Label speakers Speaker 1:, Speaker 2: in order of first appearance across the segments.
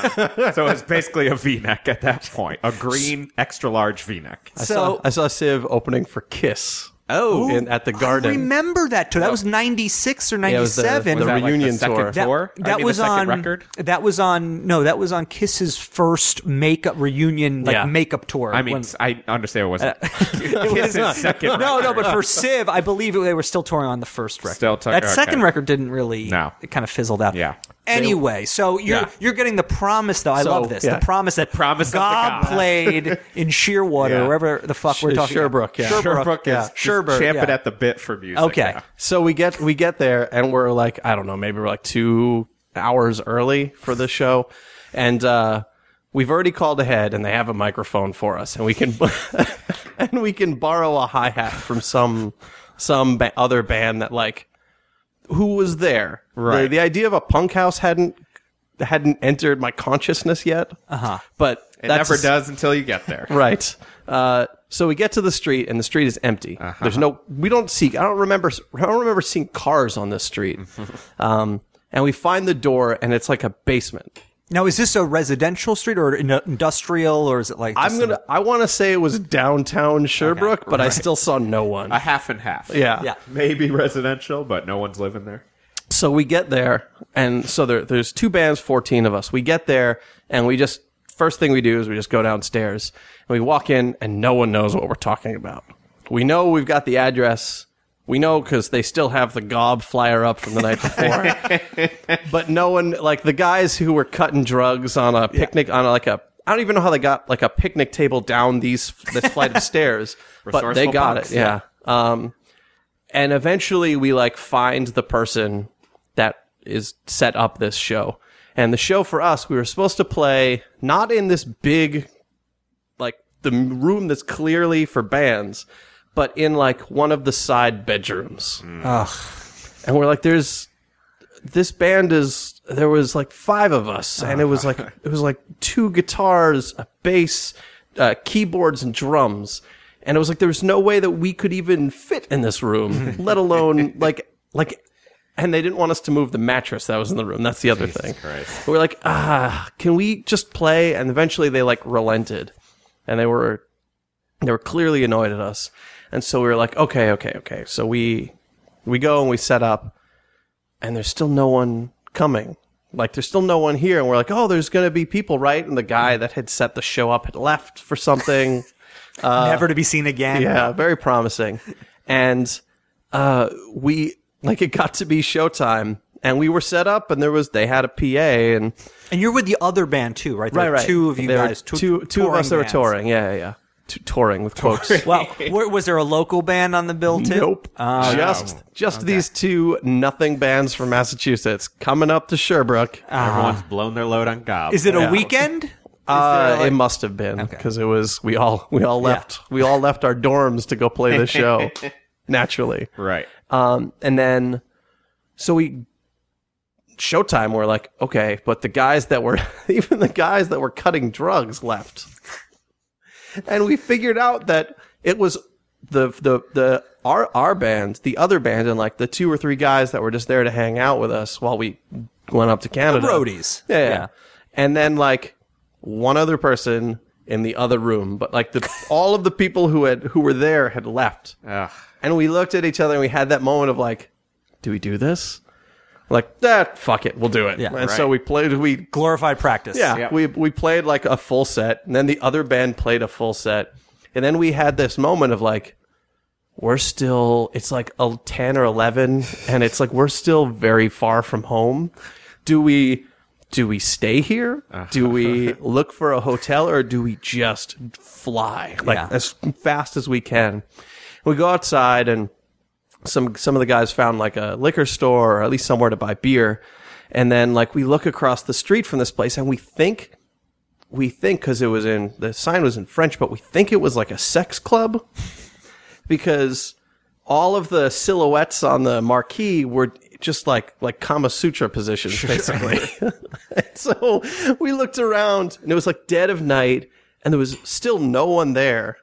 Speaker 1: so it was basically a V-neck at that point, a green extra large V-neck.
Speaker 2: I
Speaker 3: so-
Speaker 2: saw, I saw Siv opening for Kiss.
Speaker 1: Oh.
Speaker 2: in, at the Garden.
Speaker 3: I remember that tour. That was 96 or
Speaker 2: it was the-
Speaker 3: 97.
Speaker 2: the
Speaker 1: Was that, like,
Speaker 2: reunion
Speaker 1: second
Speaker 2: tour.
Speaker 3: that,
Speaker 1: tour? I
Speaker 3: that
Speaker 1: mean,
Speaker 3: was
Speaker 1: the
Speaker 3: on
Speaker 1: second record.
Speaker 3: that was on no that was on Kiss's first makeup reunion like
Speaker 2: Yeah.
Speaker 3: makeup tour.
Speaker 1: I mean,
Speaker 3: when-
Speaker 1: I understand it wasn't Kiss's second.
Speaker 3: no
Speaker 1: record.
Speaker 3: no but for Civ I believe they were still touring on the first record.
Speaker 1: Still touring-
Speaker 3: that
Speaker 1: okay.
Speaker 3: second record didn't really
Speaker 1: No.
Speaker 3: it kind of fizzled out.
Speaker 1: Yeah.
Speaker 3: Anyway, so you're
Speaker 1: Yeah.
Speaker 3: you're getting the promise though. I
Speaker 2: So,
Speaker 3: love this.
Speaker 2: yeah.
Speaker 3: The promise that
Speaker 1: promise of the
Speaker 3: God
Speaker 1: gods.
Speaker 3: played in Shearwater,
Speaker 1: Yeah.
Speaker 3: wherever the fuck we're
Speaker 2: Sh-
Speaker 3: talking.
Speaker 2: Sherbrooke, yeah.
Speaker 3: about. Sherbrooke,
Speaker 1: Sherbrooke
Speaker 3: yeah.
Speaker 1: is just
Speaker 3: Sherbrooke,
Speaker 1: champing
Speaker 3: yeah.
Speaker 1: at the bit for music.
Speaker 3: Okay.
Speaker 1: yeah.
Speaker 2: So we get we get there and we're like I don't know maybe we're like two hours early for the show, and uh, we've already called ahead and they have a microphone for us and we can and we can borrow a hi hat from some some ba- other band that like who was there
Speaker 1: Right.
Speaker 2: the, the idea of a punk house hadn't hadn't entered my consciousness yet uh-huh. but
Speaker 1: It
Speaker 2: that's
Speaker 1: never does until you get there.
Speaker 2: Right. Uh, so we get to the street, and the street is empty. There's no. We don't see. I don't remember. I don't remember seeing cars on this street. um, and we find the door, and it's like a basement.
Speaker 3: Now, is this a residential street or in- industrial, or is it like?
Speaker 2: I'm
Speaker 3: just
Speaker 2: gonna. I want to say it was downtown Sherbrooke, but I
Speaker 3: Right.
Speaker 2: still saw no one.
Speaker 1: A half and half.
Speaker 2: yeah.
Speaker 3: Yeah.
Speaker 1: Maybe residential, but no one's living there.
Speaker 2: So we get there, and so there, there's two bands, fourteen of us. We get there, and we just first thing we do is we just go downstairs and we walk in, and no one knows what we're talking about. We know we've got the address. We know because they still have the gob flyer up from the night before, but no one like the guys who were cutting drugs on a picnic on like a. I I don't even know how they got like a picnic table down these this flight of stairs, but they
Speaker 1: Resourceful
Speaker 2: got
Speaker 1: punks,
Speaker 2: it. Yeah. Um, and eventually we like find the person that is set up this show. And the show for us, we were supposed to play not in this big like the m- room that's clearly for bands, but in like one of the side bedrooms. And we're like, there's this band is there was like five of us, and it was like it was like two guitars, a bass, uh, keyboards, and drums, and it was like there was no way that we could even fit in this room, let alone like like. And they didn't want us to move the mattress that was in the room. That's the other thing.
Speaker 1: Christ.
Speaker 2: We're like, ah, can we just play? And eventually they like relented, and they were they were clearly annoyed at us and so we were like okay okay okay so we we go and we set up and there's still no one coming like there's still no one here and we're like oh there's gonna be people right and the guy that had set the show up had left for something
Speaker 3: Never to be seen again.
Speaker 2: uh, yeah very promising and uh we like it got to be showtime and we were set up and there was they had a pa and
Speaker 3: And you're with the other band too, right? There
Speaker 2: right
Speaker 3: are
Speaker 2: right
Speaker 3: Two of you
Speaker 2: There were
Speaker 3: guys.
Speaker 2: two two of us that were
Speaker 3: bands.
Speaker 2: touring yeah yeah, yeah T- touring with quotes
Speaker 3: Wow. Where, was there a local band on the bill too?
Speaker 2: Nope.
Speaker 3: Uh,
Speaker 2: just just these two nothing bands from Massachusetts coming up to Sherbrooke.
Speaker 1: Everyone's blown their load on gob.
Speaker 3: is it a
Speaker 2: Yeah.
Speaker 3: weekend? Is
Speaker 2: Uh,
Speaker 3: there, like-
Speaker 2: it must have been because it was we all we all left we all left our dorms to go play the show naturally.
Speaker 1: right?
Speaker 2: Um, and then so we Showtime. We're like okay, but the guys that were even the guys that were cutting drugs left, and we figured out that it was the the the our our band, the other band, and like the two or three guys that were just there to hang out with us while we went up to Canada.
Speaker 3: roadies.
Speaker 2: Yeah, yeah. And then like one other person in the other room, but like the all of the people who had who were there had left.
Speaker 1: Ugh.
Speaker 2: And we looked at each other and we had that moment of like, do we do this? Like, that fuck it, we'll do it.
Speaker 3: Yeah,
Speaker 2: and so
Speaker 1: right.
Speaker 2: we played we
Speaker 3: Glorified practice.
Speaker 2: yeah,
Speaker 1: Yep.
Speaker 2: we we played like a full set, and then the other band played a full set, and then we had this moment of like, we're still. It's like a ten or eleven, and it's like we're still very far from home. Do we? Do we stay here? Do we look for a hotel, or do we just fly like
Speaker 3: Yeah.
Speaker 2: as fast as we can? We go outside and some some of the guys found like a liquor store or at least somewhere to buy beer and then like we look across the street from this place and we think we think because it was in the sign was in french but we think it was like a sex club because all of the silhouettes on the marquee were just like like kama sutra positions basically And so we looked around and it was like dead of night and there was still no one there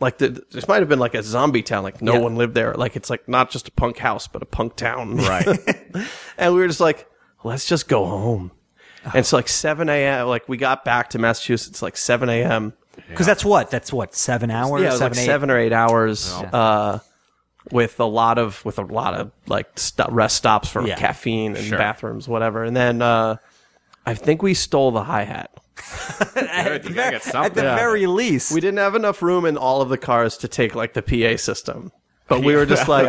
Speaker 2: like the, this might have been like a zombie town like no one lived there like it's like not just a punk house but a punk town right and we were just like let's just go home and it's like 7 a.m like we got back to massachusetts like 7 a.m
Speaker 3: Because that's what? That's what? Seven hours?
Speaker 2: yeah, it was
Speaker 3: seven,
Speaker 2: like
Speaker 3: eight?
Speaker 2: seven or eight hours uh, with a lot of with a lot of like sto- rest stops for
Speaker 3: Yeah.
Speaker 2: caffeine and bathrooms, whatever. And then uh, I think we stole the hi hat.
Speaker 1: Good, you gotta get something.
Speaker 3: At the very least.
Speaker 2: We didn't have enough room in all of the cars to take like the PA system, but we were just like,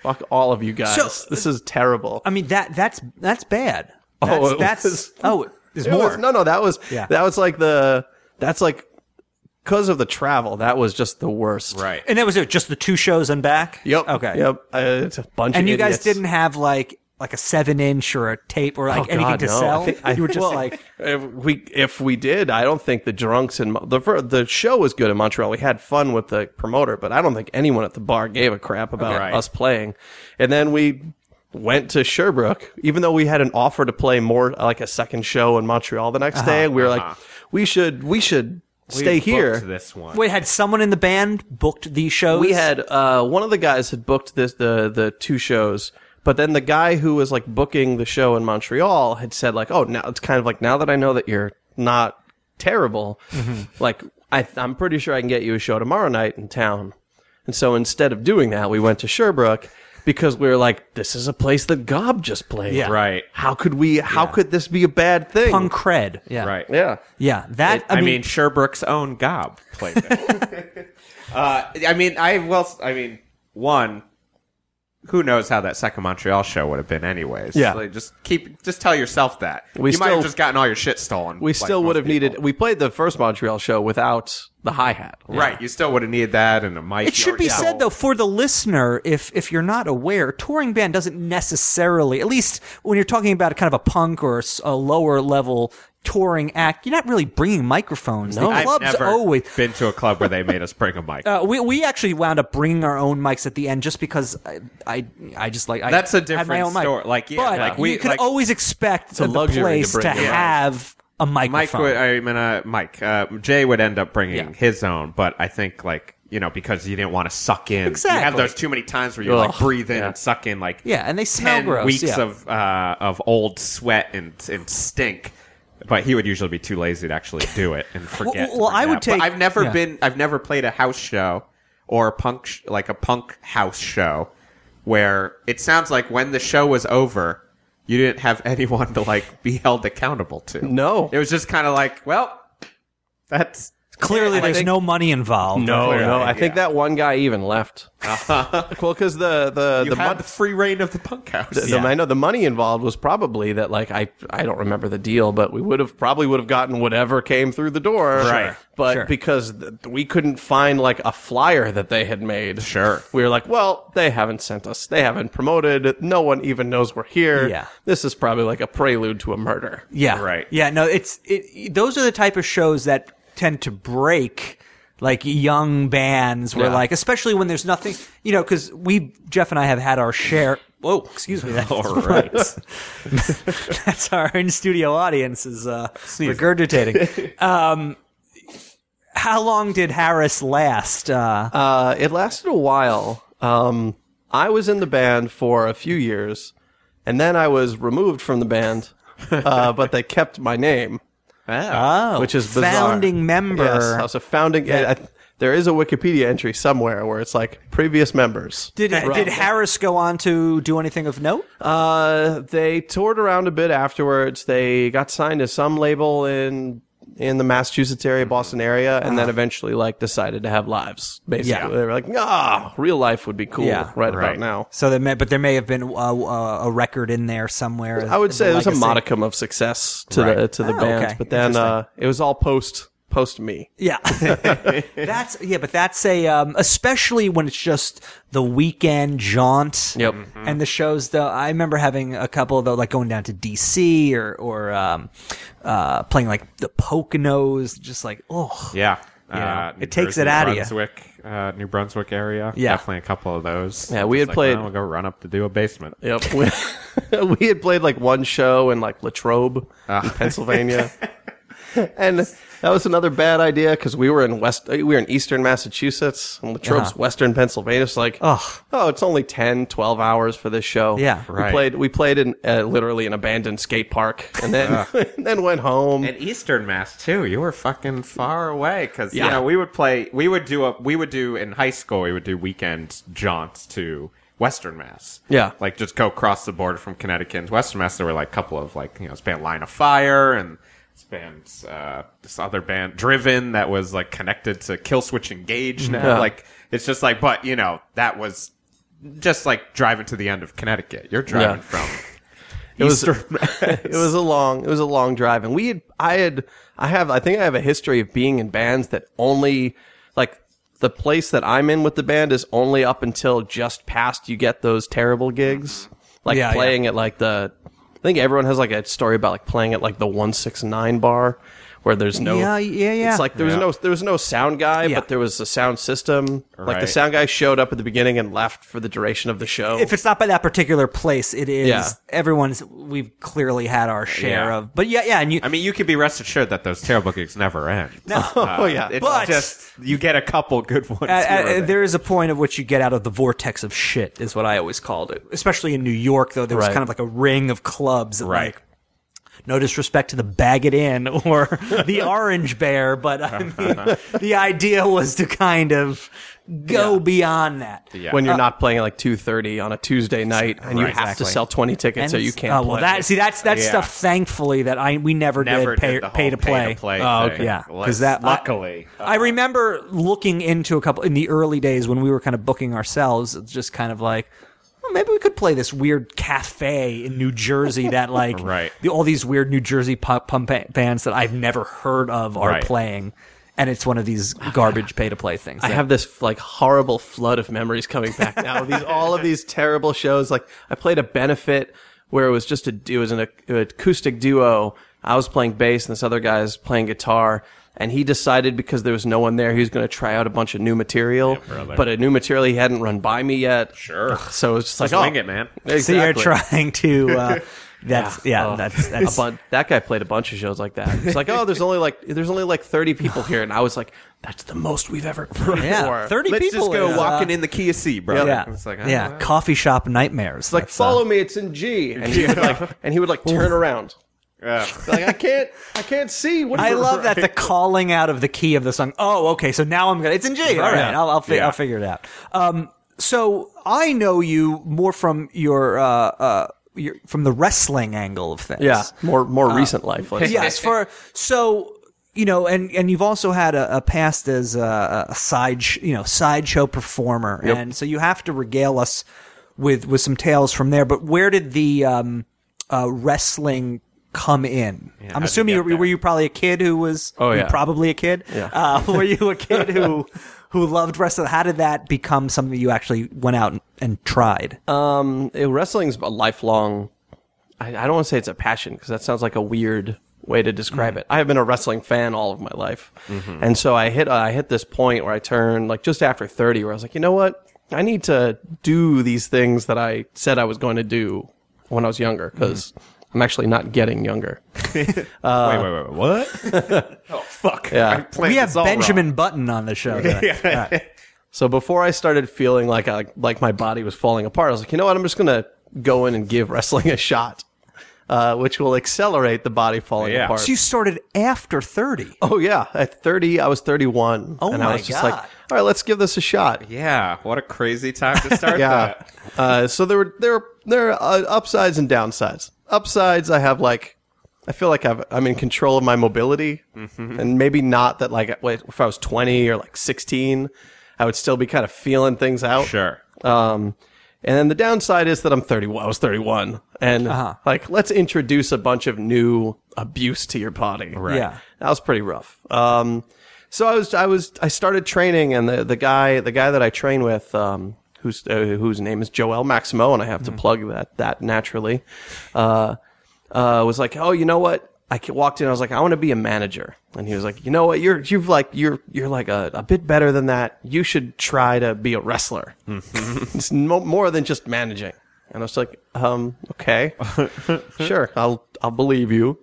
Speaker 2: "Fuck all of you guys!
Speaker 3: So-
Speaker 2: this is terrible."
Speaker 3: I mean that that's that's bad.
Speaker 2: Oh,
Speaker 3: That's,
Speaker 2: it
Speaker 3: that's
Speaker 2: was-
Speaker 3: oh, there's
Speaker 2: It
Speaker 3: more.
Speaker 2: was- no, no, that was
Speaker 3: Yeah.
Speaker 2: that was like the that's like because of the travel. That was just the worst.
Speaker 1: right.
Speaker 3: and that was it. Just the two shows and back.
Speaker 2: Yep.
Speaker 3: Okay.
Speaker 2: Yep. Uh, it's a bunch.
Speaker 3: And
Speaker 2: of
Speaker 3: you guys
Speaker 2: idiots.
Speaker 3: didn't have like like a seven inch or a tape or like
Speaker 2: Oh,
Speaker 3: anything
Speaker 2: God,
Speaker 3: to
Speaker 2: no.
Speaker 3: sell.
Speaker 2: I think- I-
Speaker 3: you were just
Speaker 2: well,
Speaker 3: like
Speaker 2: if we if we did, I don't think the drunks in Mo- the fir- the show was good in Montreal. We had fun with the promoter, but I don't think anyone at the bar gave a crap about
Speaker 1: Right.
Speaker 2: us playing. And then we went to Sherbrooke, even though we had an offer to play more like a second show in Montreal the next
Speaker 3: Uh-huh,
Speaker 2: day. We were like, we should we should stay
Speaker 1: We've
Speaker 2: here.
Speaker 1: booked This one.
Speaker 3: wait, had someone in the band booked these shows?
Speaker 2: We had uh, one of the guys had booked this the the two shows, but then the guy who was like booking the show in Montreal had said like, "Oh, now it's kind of like now that I know that you're not terrible,
Speaker 3: Mm-hmm.
Speaker 2: like I, I'm pretty sure I can get you a show tomorrow night in town." And so instead of doing that, we went to Sherbrooke because we were like, "This is a place that Gob just played.
Speaker 3: Yeah.
Speaker 1: Right.
Speaker 2: How could we? How could this be a bad thing?"
Speaker 3: punk cred. Yeah.
Speaker 1: Right.
Speaker 2: Yeah.
Speaker 3: Yeah. That
Speaker 1: I, mean, Sherbrooke's own gob played there. uh, I mean, I will. I mean, one, who knows how that second Montreal show would have been, anyways.
Speaker 2: Yeah.
Speaker 1: Like, just keep, just tell yourself that.
Speaker 2: We
Speaker 1: you might have
Speaker 2: still-
Speaker 1: just gotten all your shit stolen.
Speaker 2: We
Speaker 1: like
Speaker 2: still
Speaker 1: most
Speaker 2: would have
Speaker 1: people.
Speaker 2: needed. We played the first Montreal show without the hi hat.
Speaker 1: Right. You still would have needed that and a mic.
Speaker 3: It should be said though, for the listener, if if you're not aware, touring band doesn't necessarily, at least when you're talking about kind of a punk or s- a lower level touring act, you're not really bringing microphones.
Speaker 2: No.
Speaker 3: the
Speaker 2: I've
Speaker 1: I've
Speaker 3: clubs
Speaker 1: never
Speaker 3: always.
Speaker 1: been to a club where they made us bring a mic.
Speaker 3: Uh, we we actually wound up bringing our own mics at the end just because I I, I just like I
Speaker 1: That's a
Speaker 3: had my
Speaker 1: different
Speaker 3: own mic.
Speaker 1: story. Like, yeah,
Speaker 3: but
Speaker 1: like, we-
Speaker 3: you could
Speaker 1: like-
Speaker 3: always expect the
Speaker 2: a luxury to
Speaker 3: place to,
Speaker 2: bring your own.
Speaker 3: have a
Speaker 1: Mike
Speaker 3: microphone.
Speaker 1: would, I mean, uh, Mike, uh, Jay would end up bringing
Speaker 3: Yeah.
Speaker 1: his own, but I think like, you know, because you didn't want to suck in. You have
Speaker 3: Exactly.
Speaker 1: those too many times where you like
Speaker 2: Ugh.
Speaker 1: breathe in
Speaker 2: Yeah.
Speaker 1: and suck in like
Speaker 3: yeah, and they smell
Speaker 1: 10
Speaker 3: gross.
Speaker 1: weeks
Speaker 3: yeah.
Speaker 1: of, uh, of old sweat and, and stink. But he would usually be too lazy to actually do it and forget. to
Speaker 3: well,
Speaker 1: bring
Speaker 3: I
Speaker 1: it
Speaker 3: would
Speaker 1: up. But
Speaker 3: take-
Speaker 1: I've never
Speaker 3: yeah.
Speaker 1: been. I've never played a house show or a punk sh- like a punk house show where it sounds like when the show was over, you didn't have anyone to like be held accountable to.
Speaker 2: No.
Speaker 1: it was just kind of like, well, that's
Speaker 3: Clearly,
Speaker 1: I
Speaker 3: there's
Speaker 1: think-
Speaker 3: no money involved.
Speaker 2: No,
Speaker 1: Clearly,
Speaker 2: no. I think
Speaker 1: yeah.
Speaker 2: that one guy even left. well, because the the
Speaker 1: Uh-huh. you
Speaker 2: the,
Speaker 1: had
Speaker 2: mon-
Speaker 1: the free reign of the punk house.
Speaker 2: the- the- I know the money involved was probably that. Like I I don't remember the deal, but we would have probably would have gotten whatever came through the door.
Speaker 1: Right.
Speaker 2: But
Speaker 3: Sure.
Speaker 2: because th- we couldn't find like a flyer that they had made.
Speaker 1: Sure.
Speaker 2: We were like, well, they haven't sent us. They haven't promoted. No one even knows we're here.
Speaker 3: Yeah.
Speaker 2: This is probably like a prelude to a murder.
Speaker 3: Yeah.
Speaker 1: Right.
Speaker 3: Yeah, no, it's it, those are the type of shows that tend to break like young bands where
Speaker 2: Yeah.
Speaker 3: like especially when there's nothing, you know, cuz we Jeff and I have had our share. Whoa, excuse me. That's,
Speaker 1: All right.
Speaker 3: that's our in-studio audience is uh regurgitating. um how long did Harris last? Uh,
Speaker 2: Uh, it lasted a while. Um, I was in the band for a few years, and then I was removed from the band, uh, but they kept my name,
Speaker 3: oh,
Speaker 2: which is bizarre.
Speaker 3: founding member.
Speaker 2: Yes, I was a founding. I, I- there is a Wikipedia entry somewhere where it's like previous members.
Speaker 3: did did Harris go on to do anything of note?
Speaker 2: Uh, they toured around a bit afterwards. They got signed to some label in in the Massachusetts
Speaker 3: Mm-hmm.
Speaker 2: area, Boston area, and then eventually like decided to have lives. Basically,
Speaker 3: Ah. Yeah.
Speaker 2: they were like, ah, real life would be cool
Speaker 3: Yeah.
Speaker 2: right,
Speaker 1: Right.
Speaker 2: about now.
Speaker 3: So there may, but there may have been a, a, a record in there somewhere.
Speaker 2: I would
Speaker 3: as
Speaker 2: say it was a
Speaker 3: legacy.
Speaker 2: modicum of success to the to the
Speaker 3: Oh,
Speaker 2: band,
Speaker 3: okay.
Speaker 2: but then uh, it was all post post me.
Speaker 3: Yeah, that's yeah, but that's a um, especially when it's just the weekend jaunt.
Speaker 2: Yep.
Speaker 3: And the shows though, I remember having a couple though, like going down to DC or or um, uh, playing like the Poconos, just like oh
Speaker 1: Yeah.
Speaker 3: Yeah.
Speaker 1: Uh, New
Speaker 3: It takes
Speaker 1: Jersey,
Speaker 3: it outta ya.
Speaker 1: Brunswick, uh, New Brunswick area.
Speaker 3: Yeah.
Speaker 1: Definitely a couple of those.
Speaker 2: Yeah, we
Speaker 1: Just
Speaker 2: had
Speaker 1: like, "Oh,
Speaker 2: played-
Speaker 1: "Well, we'll go run up to do a basement.
Speaker 2: Yep. We, we had played like one show in like Latrobe, in Pennsylvania. and that was another bad idea because we were in west we were in eastern Massachusetts and Latrobe's western Pennsylvania. It's like oh, it's only 10, 12 hours for this show.
Speaker 3: Yeah.
Speaker 2: We
Speaker 1: Right.
Speaker 2: played we played in uh, literally an abandoned skate park and then and then went home.
Speaker 1: And Eastern Mass too. You were fucking far away because
Speaker 2: Yeah.
Speaker 1: you know we would play. We would do a. We would do in high school. We would do weekend jaunts to Western Mass.
Speaker 2: Yeah.
Speaker 1: like just go across the border from Connecticut into Western Mass. There were like a couple of like you know this band Line of Fire and this band's uh, this other band Driven that was like connected to Kill Switch Engage now. Like it's just like, but you know that was just like driving to the end of Connecticut. You're driving from.
Speaker 2: was-
Speaker 1: Eastern Mass.
Speaker 2: it was a long it was a long drive and we had i had i have i think i have a history of being in bands that only like the place that i'm in with the band is only up until just past you get those terrible gigs like
Speaker 3: Mm-hmm. Yeah,
Speaker 2: playing at like the i think everyone has like a story about like playing at like the 169 bar where there's no
Speaker 3: Yeah, yeah, yeah.
Speaker 2: it's like there was
Speaker 1: Yeah.
Speaker 2: no there was no sound guy
Speaker 3: Yeah.
Speaker 2: but there was a sound system like the
Speaker 1: Right.
Speaker 2: sound guy showed up at the beginning and left for the duration of the show
Speaker 3: if it's not by that particular place, it is
Speaker 2: Yeah.
Speaker 3: everyone's. We've clearly had our share
Speaker 1: Yeah.
Speaker 3: of, but yeah, yeah, and you.
Speaker 1: I mean, you can be rest assured that those terrible gigs never end. No,
Speaker 2: oh yeah
Speaker 1: it's
Speaker 3: but-
Speaker 1: just you get a couple good ones.
Speaker 3: Uh,
Speaker 1: here or
Speaker 3: uh,
Speaker 1: there.
Speaker 3: there is a point of which you get out of the vortex of shit, is what I always called it. Especially in New York, though, there was
Speaker 2: Right.
Speaker 3: kind of like a ring of clubs. that,
Speaker 1: Right.
Speaker 3: Like, no disrespect to the Bag It In or the Orange Bear, but I mean, the idea was to kind of go beyond that.
Speaker 1: Yeah.
Speaker 2: when you're not playing at like 2.30 on a tuesday night and you
Speaker 1: Right.
Speaker 2: have
Speaker 1: Exactly.
Speaker 2: to sell 20 tickets
Speaker 3: And
Speaker 2: so
Speaker 3: it's-
Speaker 2: you can't
Speaker 3: Oh well,
Speaker 2: play.
Speaker 3: that see that's that's
Speaker 1: Yeah.
Speaker 3: stuff. Thankfully, that I we never,
Speaker 1: never
Speaker 3: did pay
Speaker 1: did the whole
Speaker 3: pay to play.
Speaker 1: pay-to-play
Speaker 3: oh
Speaker 1: thing.
Speaker 3: yeah,
Speaker 1: Like,
Speaker 3: because that
Speaker 1: luckily.
Speaker 3: I, I remember looking into a couple in the early days when we were kind of booking ourselves. It's just kind of like, well, maybe we could play this weird cafe in New Jersey that like
Speaker 1: Right.
Speaker 3: the, all these weird New Jersey pop punk ba- bands that I've never heard of are
Speaker 1: Right.
Speaker 3: playing, and it's one of these garbage pay to play things.
Speaker 2: I
Speaker 3: that-
Speaker 2: have this like horrible flood of memories coming back now. of these all of these terrible shows. Like I played a benefit where it was just a it was an, ac- an acoustic duo. I was playing bass and this other guy is playing guitar. And he decided because there was no one there, he was going to try out a bunch of new material.
Speaker 1: brother.
Speaker 2: but a new material he hadn't run by me yet.
Speaker 1: Sure.
Speaker 2: So it's just like,
Speaker 1: Just
Speaker 2: oh,
Speaker 1: wing it, man.
Speaker 2: Exactly.
Speaker 3: So you're trying to. Uh, that's yeah.
Speaker 2: Oh.
Speaker 3: That's
Speaker 2: a
Speaker 3: that's.
Speaker 2: bun- that guy played a bunch of shows like that. It's like, oh, there's only like there's only like 30 people here, and I was like, that's the most we've ever played.
Speaker 3: Yeah,
Speaker 2: for.
Speaker 3: 30
Speaker 1: Let's
Speaker 3: people.
Speaker 1: just go
Speaker 3: is, uh,
Speaker 1: walking in the key of C, bro.
Speaker 3: Yeah,
Speaker 1: It's like,
Speaker 3: yeah.
Speaker 1: oh,
Speaker 3: Coffee shop nightmares.
Speaker 2: It's like,
Speaker 3: That's, uh,
Speaker 2: follow me, it's in G, and he would like, and he would like turn around.
Speaker 1: yeah.
Speaker 2: Like, I can't, I can't see. What
Speaker 3: I love that the calling out of the key of the song. Oh, okay. So now I'm gonna. It's in G. All right.
Speaker 2: Yeah.
Speaker 3: I'll I'll, fi-
Speaker 1: Yeah.
Speaker 3: I'll figure it out. Um. So I know you more from your uh uh your, from the wrestling angle of things.
Speaker 2: yeah, more more recent life. Let's say.
Speaker 3: yes for so you know and and you've also had a, a past as a, a side sh- you know sideshow performer and so you have to regale us with with some tales from there but where did the um uh wrestling come in i'm
Speaker 1: you
Speaker 3: assuming you
Speaker 1: get there?
Speaker 3: were you probably a kid who was
Speaker 2: Oh,
Speaker 3: you
Speaker 2: yeah.
Speaker 3: probably a kid uh were you a kid who who loved wrestling how did that become something you actually went out and, and tried
Speaker 2: Uh, wrestling's a lifelong. I, I don't want to say it's a passion because that sounds like a weird way to describe it. I have been a wrestling fan all of my life, and so I hit uh, I hit this point where I turned like just after thirty, where I was like, you know what, I need to do these things that I said I was going to do when I was younger because I'm actually not getting younger.
Speaker 1: wait, wait, wait, wait. What? oh, fuck.
Speaker 2: Yeah.
Speaker 1: I planned
Speaker 3: we have
Speaker 1: this all
Speaker 3: benjamin button on the show today.
Speaker 2: So before I started feeling like I, like my body was falling apart, I was like, you know what? I'm just gonna go in and give wrestling a shot, uh, which will accelerate the body falling
Speaker 1: Yeah.
Speaker 2: apart.
Speaker 3: so you started after 30
Speaker 2: oh yeah, at 30, I was 31,
Speaker 3: Oh,
Speaker 2: and I
Speaker 3: my
Speaker 2: was just
Speaker 3: God.
Speaker 2: like, all right, let's give this a shot.
Speaker 1: wrong. Yeah. What a crazy time to start
Speaker 2: Yeah.
Speaker 1: that.
Speaker 2: uh, so there were there were, there are uh, upsides and downsides. Upsides, I have like. I feel like I've, I'm in control of my mobility,
Speaker 3: Mm-hmm.
Speaker 2: and maybe not that. Like, wait, if I was 20 or like 16, I would still be kind of feeling things out.
Speaker 1: Sure.
Speaker 2: Um, and then the downside is that I'm 31. I was 31, and like let's introduce a bunch of new abuse to your body. Right.
Speaker 3: Yeah.
Speaker 2: that was pretty rough. Um, so I was I was I started training, and the the guy the guy that I train with, um, whose uh, whose name is Joel Maximo, and I have to plug that that naturally, uh, uh, was like, oh, you know what. I ca- walked in. I was like, I want to be a manager, and he was like, you know what? You're you've like you're you're like a, a bit better than that. You should try to be a wrestler it's mo- more than just managing. And I was like, um, okay, sure, I'll I'll believe you.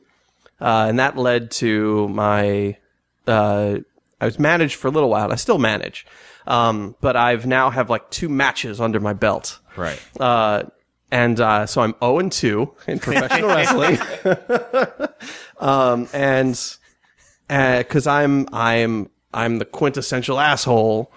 Speaker 2: Uh, and that led to my uh, I was managed for a little while. I still manage, um, but I've now have like two matches under my belt.
Speaker 1: Right.
Speaker 2: Uh, and uh, so I'm 0 and 2 in professional wrestling. um, and because I'm I'm I'm the quintessential asshole.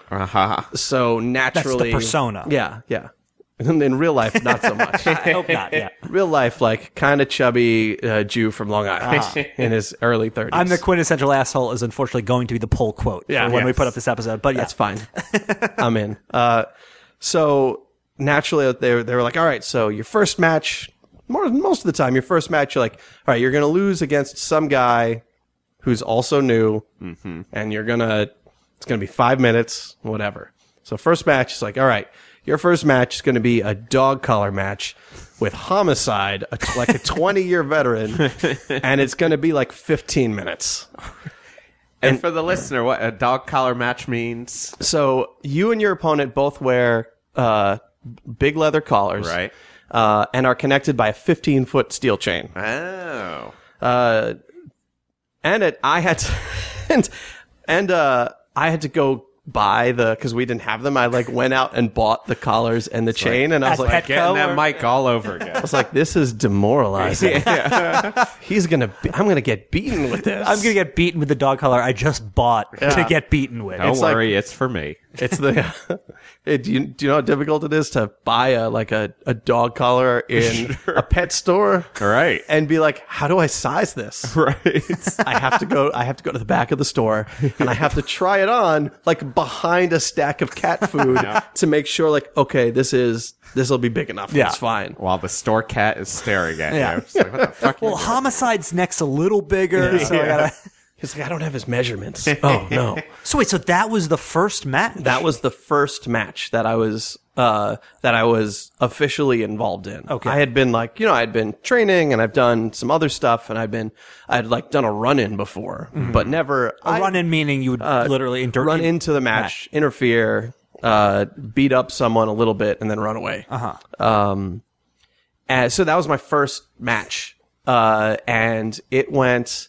Speaker 2: So naturally,
Speaker 3: persona.
Speaker 2: Yeah, yeah. And in real life, not so much.
Speaker 3: I hope not. Yeah.
Speaker 2: real life, like kind of chubby uh, Jew from Long Island in his early 30s.
Speaker 3: I'm the quintessential asshole is unfortunately going to be the poll quote
Speaker 2: Yeah.
Speaker 3: for when we
Speaker 2: Yes.
Speaker 3: put up this episode. But yeah.
Speaker 2: That's fine. I'm in. Uh, so naturally, they were, they were like, all right, so your first match, more, most of the time, your first match, you're like, all right, you're going to lose against some guy who's also new, and you're going to, it's going to be five minutes, whatever. So first match is like, all right, your first match is going to be a dog collar match with homicide, a, like a 20 year veteran, and it's going to be like 15 minutes.
Speaker 1: And, for the listener, what a dog collar match means.
Speaker 2: So you and your opponent both wear uh, big leather collars,
Speaker 1: Right.
Speaker 2: Uh, and are connected by a 15 foot steel chain.
Speaker 1: Oh.
Speaker 2: Uh, and it, I had to, and and uh, I had to go buy the because we didn't have them. I like went out and bought the collars and the chain, and I was
Speaker 3: at
Speaker 2: like.
Speaker 3: Petco
Speaker 1: Getting
Speaker 3: or-
Speaker 1: that mic all over again.
Speaker 2: I was like, this is demoralizing. He's gonna, be- I'm gonna get beaten with this.
Speaker 3: I'm gonna get beaten with the dog collar I just bought to get beaten with.
Speaker 1: Don't
Speaker 2: It's like-
Speaker 1: worry, it's for me.
Speaker 2: It's the. it, do, you, do you know how difficult it is to buy a like a, a dog collar in a pet store?
Speaker 1: Right.
Speaker 2: And be like, how do I size this?
Speaker 1: Right.
Speaker 2: I have to go. I have to go to the back of the store, and I have to try it on like behind a stack of cat food to make sure, like, okay, this is this will be big enough.
Speaker 3: Yeah.
Speaker 2: It's fine.
Speaker 1: While the store cat is staring at
Speaker 3: Yeah.
Speaker 1: you. It's like, what the fuck you
Speaker 3: Well,
Speaker 1: doing?
Speaker 3: homicide's neck's a little bigger, so I gotta.
Speaker 2: He's like, I don't have his measurements. oh no,
Speaker 3: So wait, so that was the first match.
Speaker 2: that was the first match that I was uh, that I was officially involved in.
Speaker 3: Okay.
Speaker 2: I had been like, you know, I had been training and I've done some other stuff, and I'd been I'd like done a run in before, but never
Speaker 3: Mm-hmm. a run in meaning you would literally inter-
Speaker 2: Uh, run into the match, interfere, uh, beat up someone a little bit, and then run away. Uh-huh. Um, and so that was my first match, uh, and it went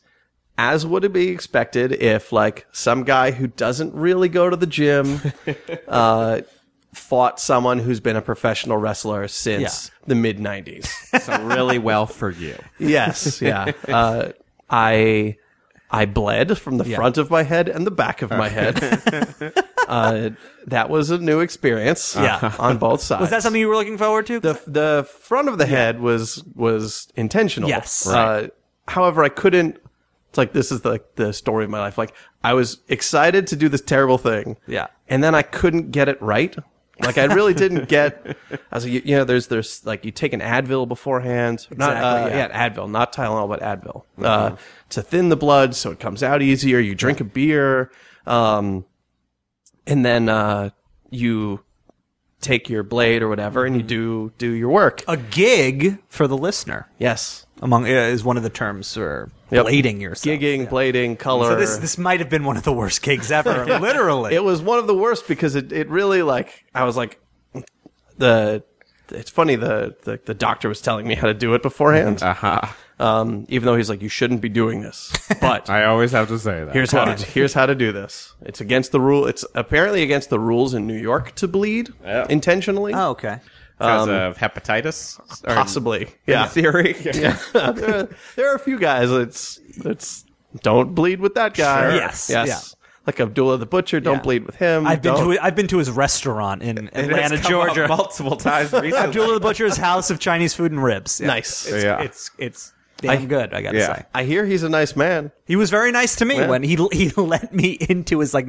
Speaker 2: as would be expected if like some guy who doesn't really go to the gym uh, fought someone who's been a professional wrestler since the mid '90s.
Speaker 1: so really well for you.
Speaker 2: Yes, yeah. Uh, I I bled from the front of my head and the back of my head. uh, that was a new experience. uh,
Speaker 3: Yeah.
Speaker 2: on both sides.
Speaker 3: Was that something you were looking forward to?
Speaker 2: the the front of the head was was intentional.
Speaker 3: Yes.
Speaker 2: Uh, however, I couldn't. It's like this is the the story of my life. Like I was excited to do this terrible thing.
Speaker 3: Yeah.
Speaker 2: And then I couldn't get it right. Like I really didn't get. I was like, you, you know, there's there's like you take an Advil beforehand. Not,
Speaker 3: Exactly, Mm-hmm.
Speaker 2: uh, yeah. Advil, not Tylenol, but Advil uh, to thin the blood so it comes out easier. You drink a beer, um, and then uh, you take your blade or whatever, and you
Speaker 3: Mm-hmm.
Speaker 2: do do your work.
Speaker 3: a gig for the listener
Speaker 2: Yes.
Speaker 3: among uh, is one of the terms for
Speaker 2: Yep.
Speaker 3: blading yourself.
Speaker 2: Gigging, blading, color.
Speaker 3: So this this might have been one of the worst gigs ever. literally,
Speaker 2: it was one of the worst because it, it really like I was like the it's funny the, the the doctor was telling me how to do it beforehand.
Speaker 3: Mm-hmm.
Speaker 1: Uh-huh.
Speaker 3: Ah.
Speaker 2: Um, even though he's like you shouldn't be doing this, but
Speaker 1: I always have to say that.
Speaker 2: here's how to, here's how to do this. It's against the rule. It's apparently against the rules in New York to bleed
Speaker 1: Yeah.
Speaker 2: intentionally.
Speaker 3: oh, okay.
Speaker 1: because of hepatitis, Or
Speaker 2: possibly. Yeah.
Speaker 1: in theory. Yeah.
Speaker 2: there, are, there are a few guys. It's it's don't bleed with that guy.
Speaker 3: Sure. Yes,
Speaker 2: yes. Like Abdullah the butcher, don't
Speaker 3: Yeah.
Speaker 2: bleed with him.
Speaker 3: I've been
Speaker 2: Don't-
Speaker 3: to I've been to his restaurant in Atlanta, Georgia.
Speaker 1: multiple times recently.
Speaker 3: Abdullah the Butcher's house of Chinese food and ribs. Yeah.
Speaker 2: Nice.
Speaker 3: It's,
Speaker 1: Yeah.
Speaker 3: it's it's damn good. I gotta
Speaker 1: yeah.
Speaker 3: say,
Speaker 2: I hear he's a nice man.
Speaker 3: he was very nice to me when he he let me into his like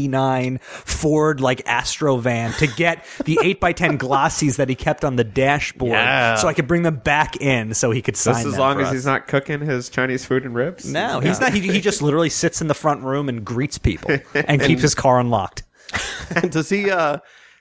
Speaker 3: 1989 Ford like Astro van to get the eight x ten glossies that he kept on the dashboard,
Speaker 2: Yeah.
Speaker 3: so I could bring them back in so he could sign
Speaker 1: Just as
Speaker 3: them
Speaker 1: long
Speaker 3: for
Speaker 1: as
Speaker 3: us.
Speaker 1: he's not cooking his Chinese food and ribs.
Speaker 3: No, he's not. He, he just literally sits in the front room and greets people and keeps his car unlocked.
Speaker 2: And does he? Uh,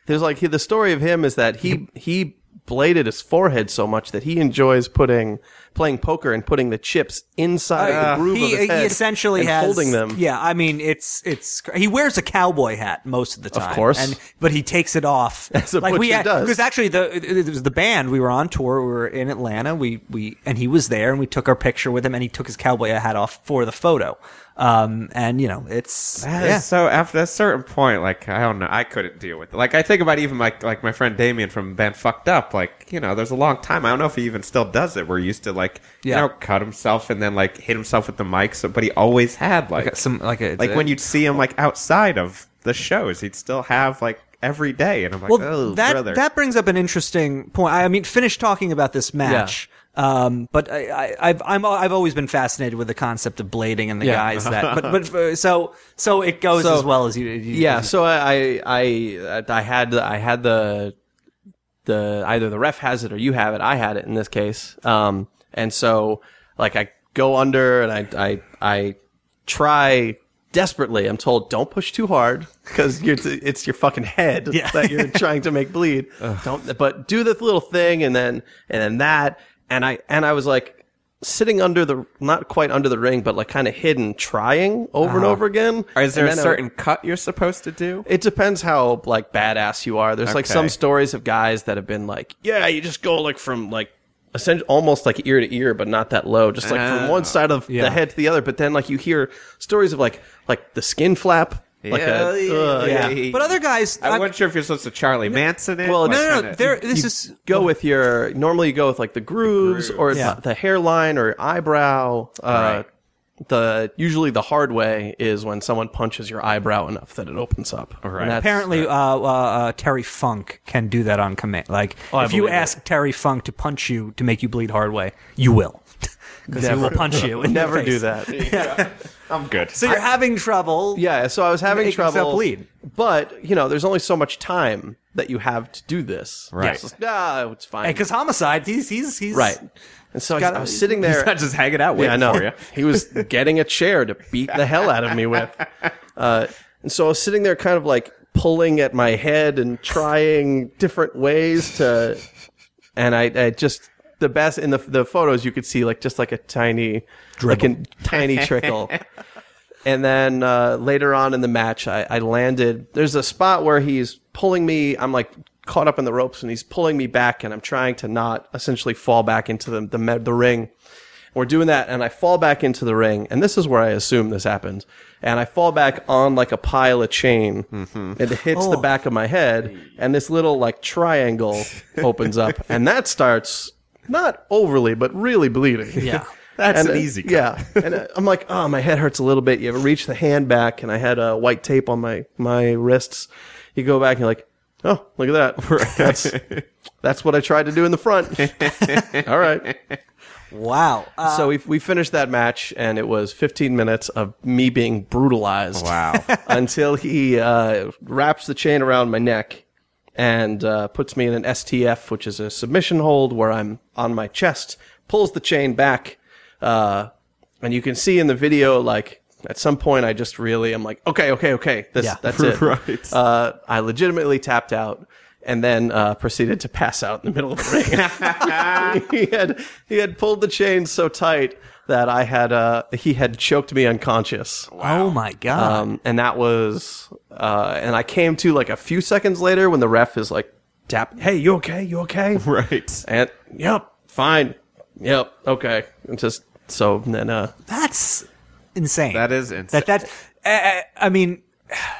Speaker 2: there's like he, the story of him is that he he bladed his forehead so much that he enjoys putting playing poker and putting the chips inside
Speaker 3: Uh,
Speaker 2: the groove
Speaker 3: he,
Speaker 2: of his head.
Speaker 3: he essentially
Speaker 2: and
Speaker 3: has
Speaker 2: holding them.
Speaker 3: Yeah, I mean it's it's he wears a cowboy hat most of the time,
Speaker 2: course.
Speaker 3: and but he takes it off
Speaker 2: As a butcher does.
Speaker 3: Because actually, the it it was the band we were on tour. We were in Atlanta. We we and he was there, and we took our picture with him, and he took his cowboy hat off for the photo. Um, and you know it's
Speaker 1: That is
Speaker 3: yeah.
Speaker 1: so after a certain point, like I don't know, I couldn't deal with it. Like I think about even like like my friend Damien from band Fucked Up. Like you know, there's a long time. I don't know if he even still does it. Where he used to like
Speaker 3: Yeah.
Speaker 1: you know cut himself and then like hit himself with the mic. So, but he always had like,
Speaker 3: Like some- like a-
Speaker 1: like when you'd see him like outside of the shows, he'd still have like every day. And I'm like, oh
Speaker 3: that
Speaker 1: brother,
Speaker 3: that brings up an interesting point. I mean, finish talking about this match. Um, but I, I, I've I'm I've always been fascinated with the concept of blading and the
Speaker 2: Yeah.
Speaker 3: guys that. But but uh, so so it goes
Speaker 2: So-
Speaker 3: as well as you. you
Speaker 2: yeah
Speaker 3: as
Speaker 2: so I, I i i had i had the the either the ref has it or you have it i had it in this case um and so like i go under and i i i try desperately i'm told don't push too hard because you're t- it's your fucking head
Speaker 3: Yeah.
Speaker 2: that you're trying to make bleed don't but do this little thing and then and then that and i and i was like sitting under the not quite under the ring but like kind of hidden trying over and over again
Speaker 1: Uh-huh. Or is there
Speaker 2: And
Speaker 1: a
Speaker 2: then I-
Speaker 1: certain cut you're supposed to do?
Speaker 2: it depends how like badass you are. There's like
Speaker 1: Okay.
Speaker 2: some stories of guys that have been like, yeah, you just go like from like essentially almost like ear to ear, but not that low, just like from one side of the head to the other. But then like you hear stories of like like the skin flap, like a, ugh,
Speaker 3: yeah.
Speaker 2: yeah.
Speaker 3: But other guys,
Speaker 1: I
Speaker 3: I'm-
Speaker 1: wasn't sure if you're supposed to Charlie Manson it.
Speaker 2: Well,
Speaker 1: like,
Speaker 3: no, no, no.
Speaker 1: kinda-
Speaker 3: There, this
Speaker 2: You
Speaker 3: is
Speaker 2: go with your normally you go with like the grooves, or
Speaker 3: Yeah.
Speaker 2: the, the hairline or eyebrow. Uh, The usually the hard way is when someone punches your eyebrow enough that it opens up.
Speaker 1: Right.
Speaker 2: And that's-
Speaker 3: apparently uh, uh, uh, Terry Funk can do that on command. Like
Speaker 2: Oh, I
Speaker 3: if you
Speaker 2: believe it.
Speaker 3: ask Terry Funk to punch you to make you bleed hard way, you will. Because he will punch you. in the
Speaker 2: never
Speaker 3: face.
Speaker 2: do that.
Speaker 1: I'm good.
Speaker 3: So you're having trouble.
Speaker 2: Yeah, so I was having
Speaker 3: Making
Speaker 2: trouble
Speaker 3: yourself bleed.
Speaker 2: But you know, there's only so much time that you have to do this.
Speaker 1: Right.
Speaker 2: It's just, ah, it's fine.
Speaker 3: Because homicide, he's he's he's
Speaker 2: right. And so I,
Speaker 3: gotta-
Speaker 2: I was sitting there.
Speaker 1: He's not just hanging out
Speaker 2: yeah, I
Speaker 1: waiting
Speaker 2: know.
Speaker 1: for you.
Speaker 2: he was getting a chair to beat the hell out of me with. Uh, and so I was sitting there, kind of like pulling at my head and trying different ways to. And I, I just the best in the the photos you could see like just like a tiny like a tiny trickle. And then uh, later on in the match, I, I landed. There's a spot where he's pulling me. I'm like caught up in the ropes, and he's pulling me back, and I'm trying to not essentially fall back into the the, me- the ring. We're doing that, and I fall back into the ring, and this is where I assume this happened. And I fall back on like a pile of chain, and it hits the back of my head, and this little like triangle opens up, and that starts not overly, but really bleeding.
Speaker 3: Yeah.
Speaker 1: That's
Speaker 2: And,
Speaker 1: an
Speaker 2: uh,
Speaker 1: easy cut.
Speaker 2: Yeah, and uh, I'm like, oh, my head hurts a little bit. You reach the hand back, and I had uh, white tape on my my wrists. You go back, and you're like, oh, look at that. That's that's what I tried to do in the front. All right.
Speaker 3: Wow. Uh,
Speaker 2: so we we finished that match, and it was 15 minutes of me being brutalized.
Speaker 1: Wow.
Speaker 2: until he uh, wraps the chain around my neck and uh, puts me in an STF, which is a submission hold where I'm on my chest, pulls the chain back. Uh, and you can see in the video, like, at some point, I just really am like, okay, okay, okay, this, that's it.
Speaker 1: Right.
Speaker 2: Uh, I legitimately tapped out and then uh, proceeded to pass out in the middle of the ring he had he had pulled the chain so tight that I had uh he had choked me unconscious.
Speaker 3: Oh my god.
Speaker 2: Um, and that was uh, and I came to like a few seconds later when the ref is like tap, hey, you okay? You okay?
Speaker 1: right.
Speaker 2: And yep, fine, yep, okay. And just so then uh,
Speaker 3: That's insane.
Speaker 1: That is insane.
Speaker 3: That that I, I mean,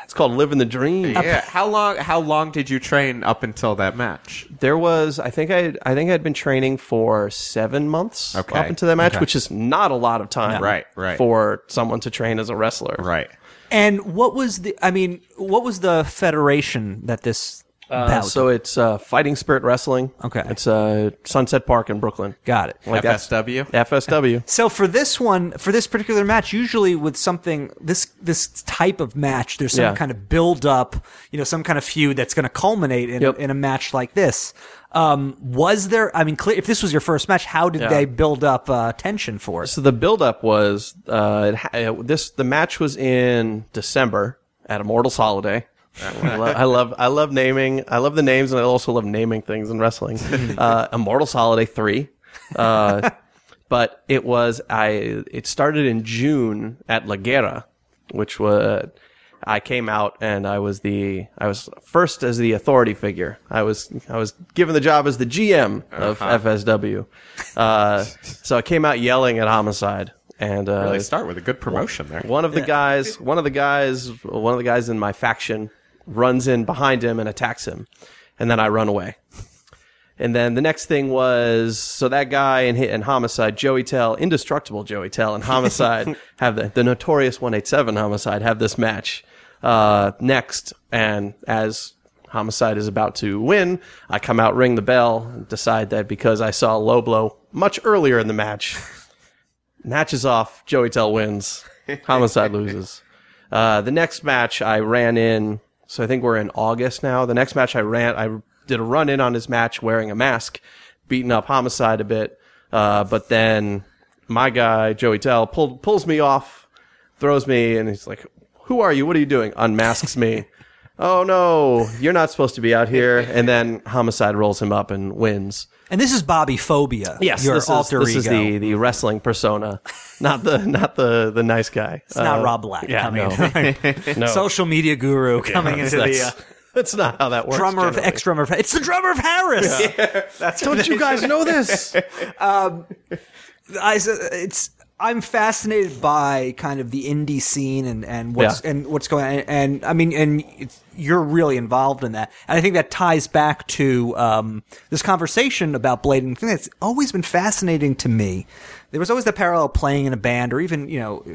Speaker 2: it's called living the dream.
Speaker 1: yeah. How long? How long did you train up until that match?
Speaker 2: There was I think I I think I'd been training for seven months
Speaker 1: Okay.
Speaker 2: up into that match,
Speaker 1: Okay.
Speaker 2: which is not a lot of time,
Speaker 1: Right, right.
Speaker 2: for someone to train as a wrestler,
Speaker 1: Right.
Speaker 3: and what was the? I mean, what was the federation that this? bout-
Speaker 2: So it's uh, Fighting Spirit Wrestling.
Speaker 3: Okay.
Speaker 2: It's uh, Sunset Park in Brooklyn.
Speaker 3: got it.
Speaker 2: Like that's-
Speaker 1: FSW?
Speaker 2: FSW.
Speaker 3: So for this one, for this particular match, usually with something this this type of match, there's some
Speaker 2: Yeah.
Speaker 3: kind of build up, you know, some kind of feud that's going to culminate in
Speaker 2: Yep.
Speaker 3: in a match like this. Um, was there? I mean, clear, if this was your first match, how did
Speaker 2: Yeah.
Speaker 3: they build up uh, tension for it?
Speaker 2: so the buildup was uh, it ha- it, this. The match was in December at Immortals Holiday. I, love, I love I love naming I love the names and I also love naming things in wrestling. Uh, Immortals Holiday three, uh, but it was I it started in June at La Guerra, which was I came out and I was the I was first as the authority figure. I was I was given the job as the GM of FSW. Uh, so I came out yelling at Homicide and uh,
Speaker 1: They start with a good promotion there.
Speaker 2: one of the guys, one of the guys, one of the guys in my faction runs in behind him and attacks him, and then I run away. And then the next thing was so that guy and hit and homicide Joey Tell, indestructible Joey Tell and homicide have the, the notorious one eight seven homicide have this match uh, next, and as homicide is about to win, I come out ring the bell, and decide that because I saw a low blow much earlier in the match, matches off. Joey Tell wins. Homicide loses. Uh, the next match I ran in. So I think we're in August now. The next match I ran, I did a run in on his match wearing a mask, beating up Homicide a bit. Uh, but then my guy Joey Tell pulled pulls me off, throws me, and he's like, "Who are you? What are you doing?" Unmasks me. oh no, you're not supposed to be out here. And then Homicide rolls him up and wins.
Speaker 3: And this is Bobby Phobia.
Speaker 2: Yes,
Speaker 3: your
Speaker 2: this
Speaker 3: alter
Speaker 2: is, this
Speaker 3: ego.
Speaker 2: is the, the wrestling persona, not the not the the nice guy.
Speaker 3: it's not Rob Black.
Speaker 2: Uh, yeah,
Speaker 3: coming
Speaker 2: no. Oh.
Speaker 3: in. social media guru coming into the uh,
Speaker 2: that's, that's not how that works.
Speaker 3: drummer of
Speaker 2: generally.
Speaker 3: ex drummer. of- It's the drummer of Harris.
Speaker 2: Don't you guys know this?
Speaker 3: I s- it's I'm fascinated by kind of the indie scene and and what's
Speaker 2: Yeah.
Speaker 3: and what's going on. And, I mean, and it's, you're really involved in that. And I think that ties back to um, this conversation about Blade. And I think that's always been fascinating to me. There was always the parallel playing in a band or even you know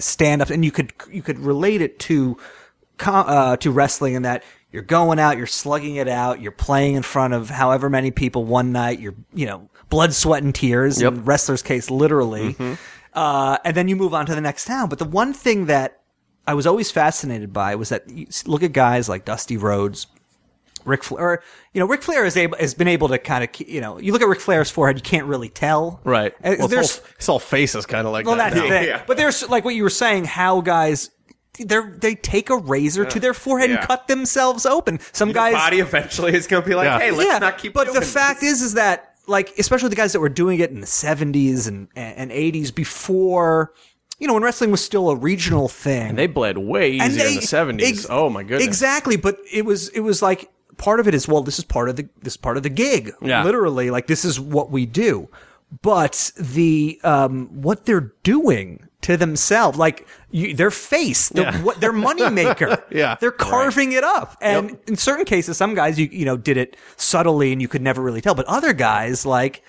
Speaker 3: stand up, and you could you could relate it to com- uh, to wrestling in that you're going out, you're slugging it out, you're playing in front of however many people one night, you're, you know, blood, sweat, and tears, in
Speaker 1: Mm-hmm.
Speaker 3: wrestler's case, literally. Uh, and then you move on to the next town. But the one thing that I was always fascinated by was that you s- look at guys like Dusty Rhodes, Ric Flair. Or, you know, Ric Flair is able has been able to kind of you know you look at Ric Flair's forehead, you can't really tell.
Speaker 2: Right.
Speaker 3: Uh,
Speaker 2: Well,
Speaker 3: there's
Speaker 2: it's, all, it's all faces, kind of like
Speaker 3: well,
Speaker 2: that.
Speaker 3: that's the
Speaker 2: now.
Speaker 3: thing. But there's like what you were saying, how guys they they take a razor to their forehead
Speaker 1: Yeah.
Speaker 3: and cut themselves open. Some
Speaker 1: Your
Speaker 3: guys
Speaker 1: body eventually is going to be like,
Speaker 2: Yeah.
Speaker 1: hey, let's not keep.
Speaker 3: But
Speaker 1: doing
Speaker 3: the fact
Speaker 1: this.
Speaker 3: is, is that like especially the guys that were doing it in the seventies and and eighties before, you know, when wrestling was still a regional thing,
Speaker 2: They bled way easier
Speaker 3: and
Speaker 2: in
Speaker 3: they-
Speaker 2: the seventies.
Speaker 3: ex-
Speaker 2: oh my goodness!
Speaker 3: Exactly, but it was it was like part of it is well, this is part of the this is part of the gig.
Speaker 2: Yeah.
Speaker 3: literally, like this is what we do. But the um, what they're doing to themselves, like you, their face, their, what their money maker,
Speaker 2: Yeah.
Speaker 3: they're carving it up. And in certain cases, some guys you you know did it subtly and you could never really tell, but other guys like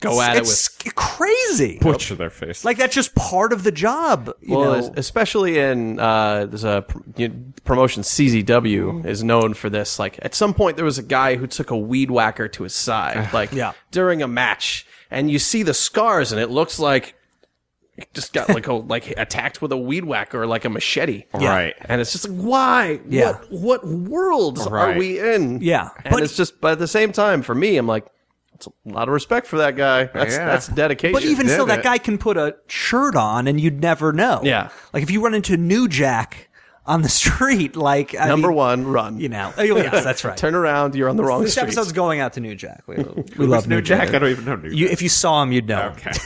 Speaker 2: Go at it
Speaker 3: it's crazy.
Speaker 1: butcher their face.
Speaker 3: Like that's just part of the job. You
Speaker 2: Well,
Speaker 3: know?
Speaker 2: es- especially in uh, there's a pr- you know, promotion
Speaker 3: Mm-hmm.
Speaker 2: CZW is known for this. Like at some point there was a guy who took a weed whacker to his side, like
Speaker 3: Yeah.
Speaker 2: during a match, and you see the scars, and it looks like he just got like a, like attacked with a weed whacker or like a machete.
Speaker 1: Right.
Speaker 2: And it's just like, why?
Speaker 3: Yeah.
Speaker 2: What, what worlds
Speaker 1: Right.
Speaker 2: are we in?
Speaker 3: Yeah.
Speaker 2: And
Speaker 3: But-
Speaker 2: it's just, but at the same time, for me, I'm like, it's a lot of respect for that guy. That's,
Speaker 1: Yeah.
Speaker 2: that's dedication.
Speaker 3: But even still,
Speaker 1: did
Speaker 3: that
Speaker 1: it.
Speaker 3: guy can put a shirt on and you'd never know.
Speaker 2: Yeah.
Speaker 3: Like if you run into New Jack on the street, like I
Speaker 2: number
Speaker 3: mean,
Speaker 2: one, run.
Speaker 3: you know. Oh, yes, that's right.
Speaker 2: Turn around, you're on the wrong
Speaker 3: this
Speaker 2: street.
Speaker 3: episode's going out to New Jack. We, we love
Speaker 1: New
Speaker 3: New
Speaker 1: Jack. I don't even know New
Speaker 3: You,
Speaker 1: Jack.
Speaker 3: if you saw him, you'd know. him.
Speaker 1: Okay.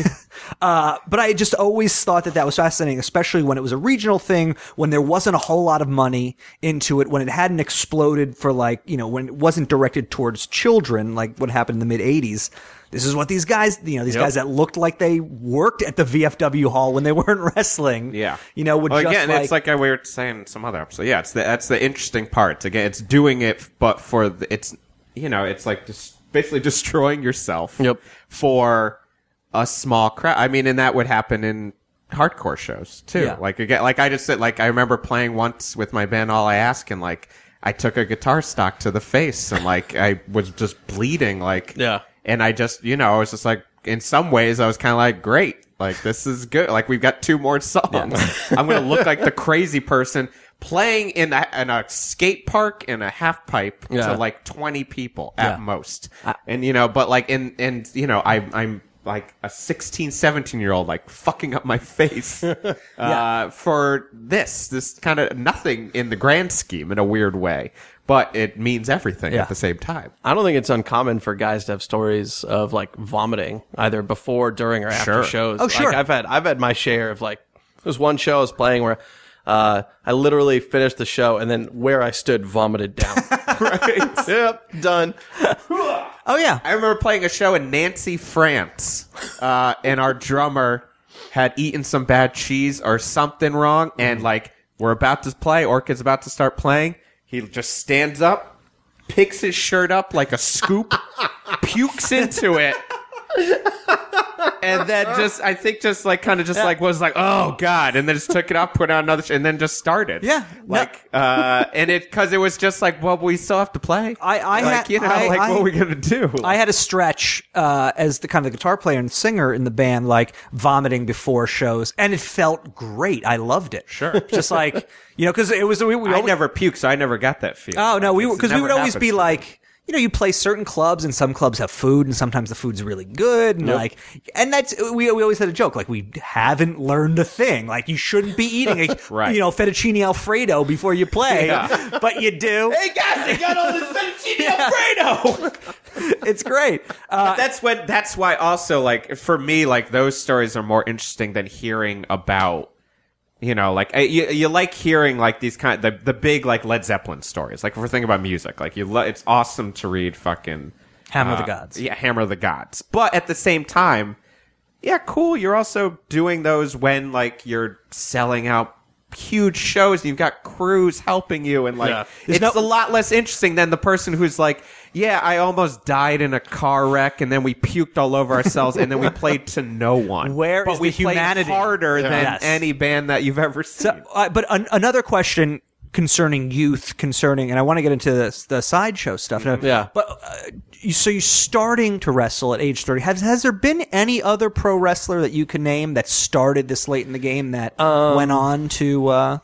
Speaker 3: Uh, but I just always thought that that was fascinating, especially when it was a regional thing, when there wasn't a whole lot of money into it, when it hadn't exploded for like, you know, when it wasn't directed towards children, like what happened in the mid 80s. This is what these guys, you know, these guys that looked like they worked at the VFW hall when they weren't wrestling.
Speaker 1: Yeah,
Speaker 3: You know, would
Speaker 1: Well,
Speaker 3: just
Speaker 1: again,
Speaker 3: like,
Speaker 1: it's like I we were saying in some other episode. Yeah, it's the, that's the interesting part. Again, it's doing it, but for the, it's you know, it's like just basically destroying yourself.
Speaker 2: Yep.
Speaker 1: For a small crowd. I mean, and that would happen in hardcore shows too.
Speaker 3: Yeah.
Speaker 1: Like again, like I just said, like I remember playing once with my band. All I ask and like I took a guitar stock to the face and like I was just bleeding. Like
Speaker 2: Yeah.
Speaker 1: and I just, you know, I was just like, in some ways, I was kind of like, great, like this is good. Like we've got two more songs. I'm gonna look like the crazy person playing in a, in a skate park in a half pipe
Speaker 2: Yeah.
Speaker 1: to like 20 people at most. and you know, but like, and and you know, I, I'm like a 16, 17 year old, like fucking up my face uh, for this, this kind of nothing in the grand scheme in a weird way, but it means everything
Speaker 3: Yeah.
Speaker 1: at the same time.
Speaker 2: I don't think it's uncommon for guys to have stories of like vomiting either before, during, or after
Speaker 1: Sure.
Speaker 2: shows.
Speaker 3: Oh, sure.
Speaker 2: Like, I've had I've had my share of like there's one show I was playing where uh, I literally finished the show and then where I stood vomited down. right. Yep. Done.
Speaker 3: oh yeah.
Speaker 1: I remember playing a show in Nancy, France, uh, and our drummer had eaten some bad cheese or something wrong, and
Speaker 3: Mm-hmm.
Speaker 1: like we're about to play, Orchid's about to start playing. He just stands up, picks his shirt up like a scoop, pukes into it. And then just, I think, just like kind of just like was like, oh god, and then just took it off, put on another, sh- and then just started.
Speaker 3: Yeah. No-
Speaker 1: like, uh, and it because it was just like, well, we still have to play.
Speaker 3: I- I
Speaker 1: like,
Speaker 3: had-
Speaker 1: you know,
Speaker 3: I-
Speaker 1: like
Speaker 3: I-
Speaker 1: what are we gonna do?
Speaker 3: I had a stretch uh, as the kind of the guitar player and singer in the band, like vomiting before shows, and it felt great. I loved it. Sure, just like you know, because it was we, we
Speaker 1: I
Speaker 3: always-
Speaker 1: never puked, so I never got that feeling.
Speaker 3: Oh no,
Speaker 1: Like,
Speaker 3: we
Speaker 1: it's-
Speaker 3: were
Speaker 1: it
Speaker 3: because we
Speaker 1: never
Speaker 3: would always
Speaker 1: happens
Speaker 3: be
Speaker 1: to me.
Speaker 3: like, you know, you play certain clubs and some clubs have food and sometimes the food's really good and like, and that's we we always had a joke like we haven't learned a thing like you shouldn't be eating a
Speaker 1: Right.
Speaker 3: you know fettuccine alfredo before you play, but you do.
Speaker 1: "Hey guys, I got all this fettuccine alfredo."
Speaker 3: It's great. Uh,
Speaker 1: that's when. That's why. Also, like for me, like those stories are more interesting than hearing about. You know, like I, you, you like hearing like these kind the the big like Led Zeppelin stories. Like if we're thinking about music, like you, lo- it's awesome to read fucking
Speaker 3: Hammer of
Speaker 1: uh,
Speaker 3: the gods.
Speaker 1: Yeah, Hammer of the Gods. But at the same time, yeah, cool. You're also doing those when like you're selling out huge shows and you've got crews helping you and like
Speaker 2: Yeah.
Speaker 1: it's
Speaker 3: no-
Speaker 1: a lot less interesting than the person who's like yeah i almost died in a car wreck and then we puked all over ourselves and then we played to no one
Speaker 3: Where
Speaker 1: but
Speaker 3: is
Speaker 1: we
Speaker 3: the
Speaker 1: played
Speaker 3: humanity?
Speaker 1: harder than
Speaker 3: Yes.
Speaker 1: any band that you've ever seen
Speaker 3: So, uh, but an- another question concerning youth, concerning, and I want to get into the, the sideshow stuff. now.
Speaker 2: Mm-hmm. Yeah.
Speaker 3: But uh, you, so you're starting to wrestle at age thirty. Has has there been any other pro wrestler that you can name that started this late in the game that went on to? Uh,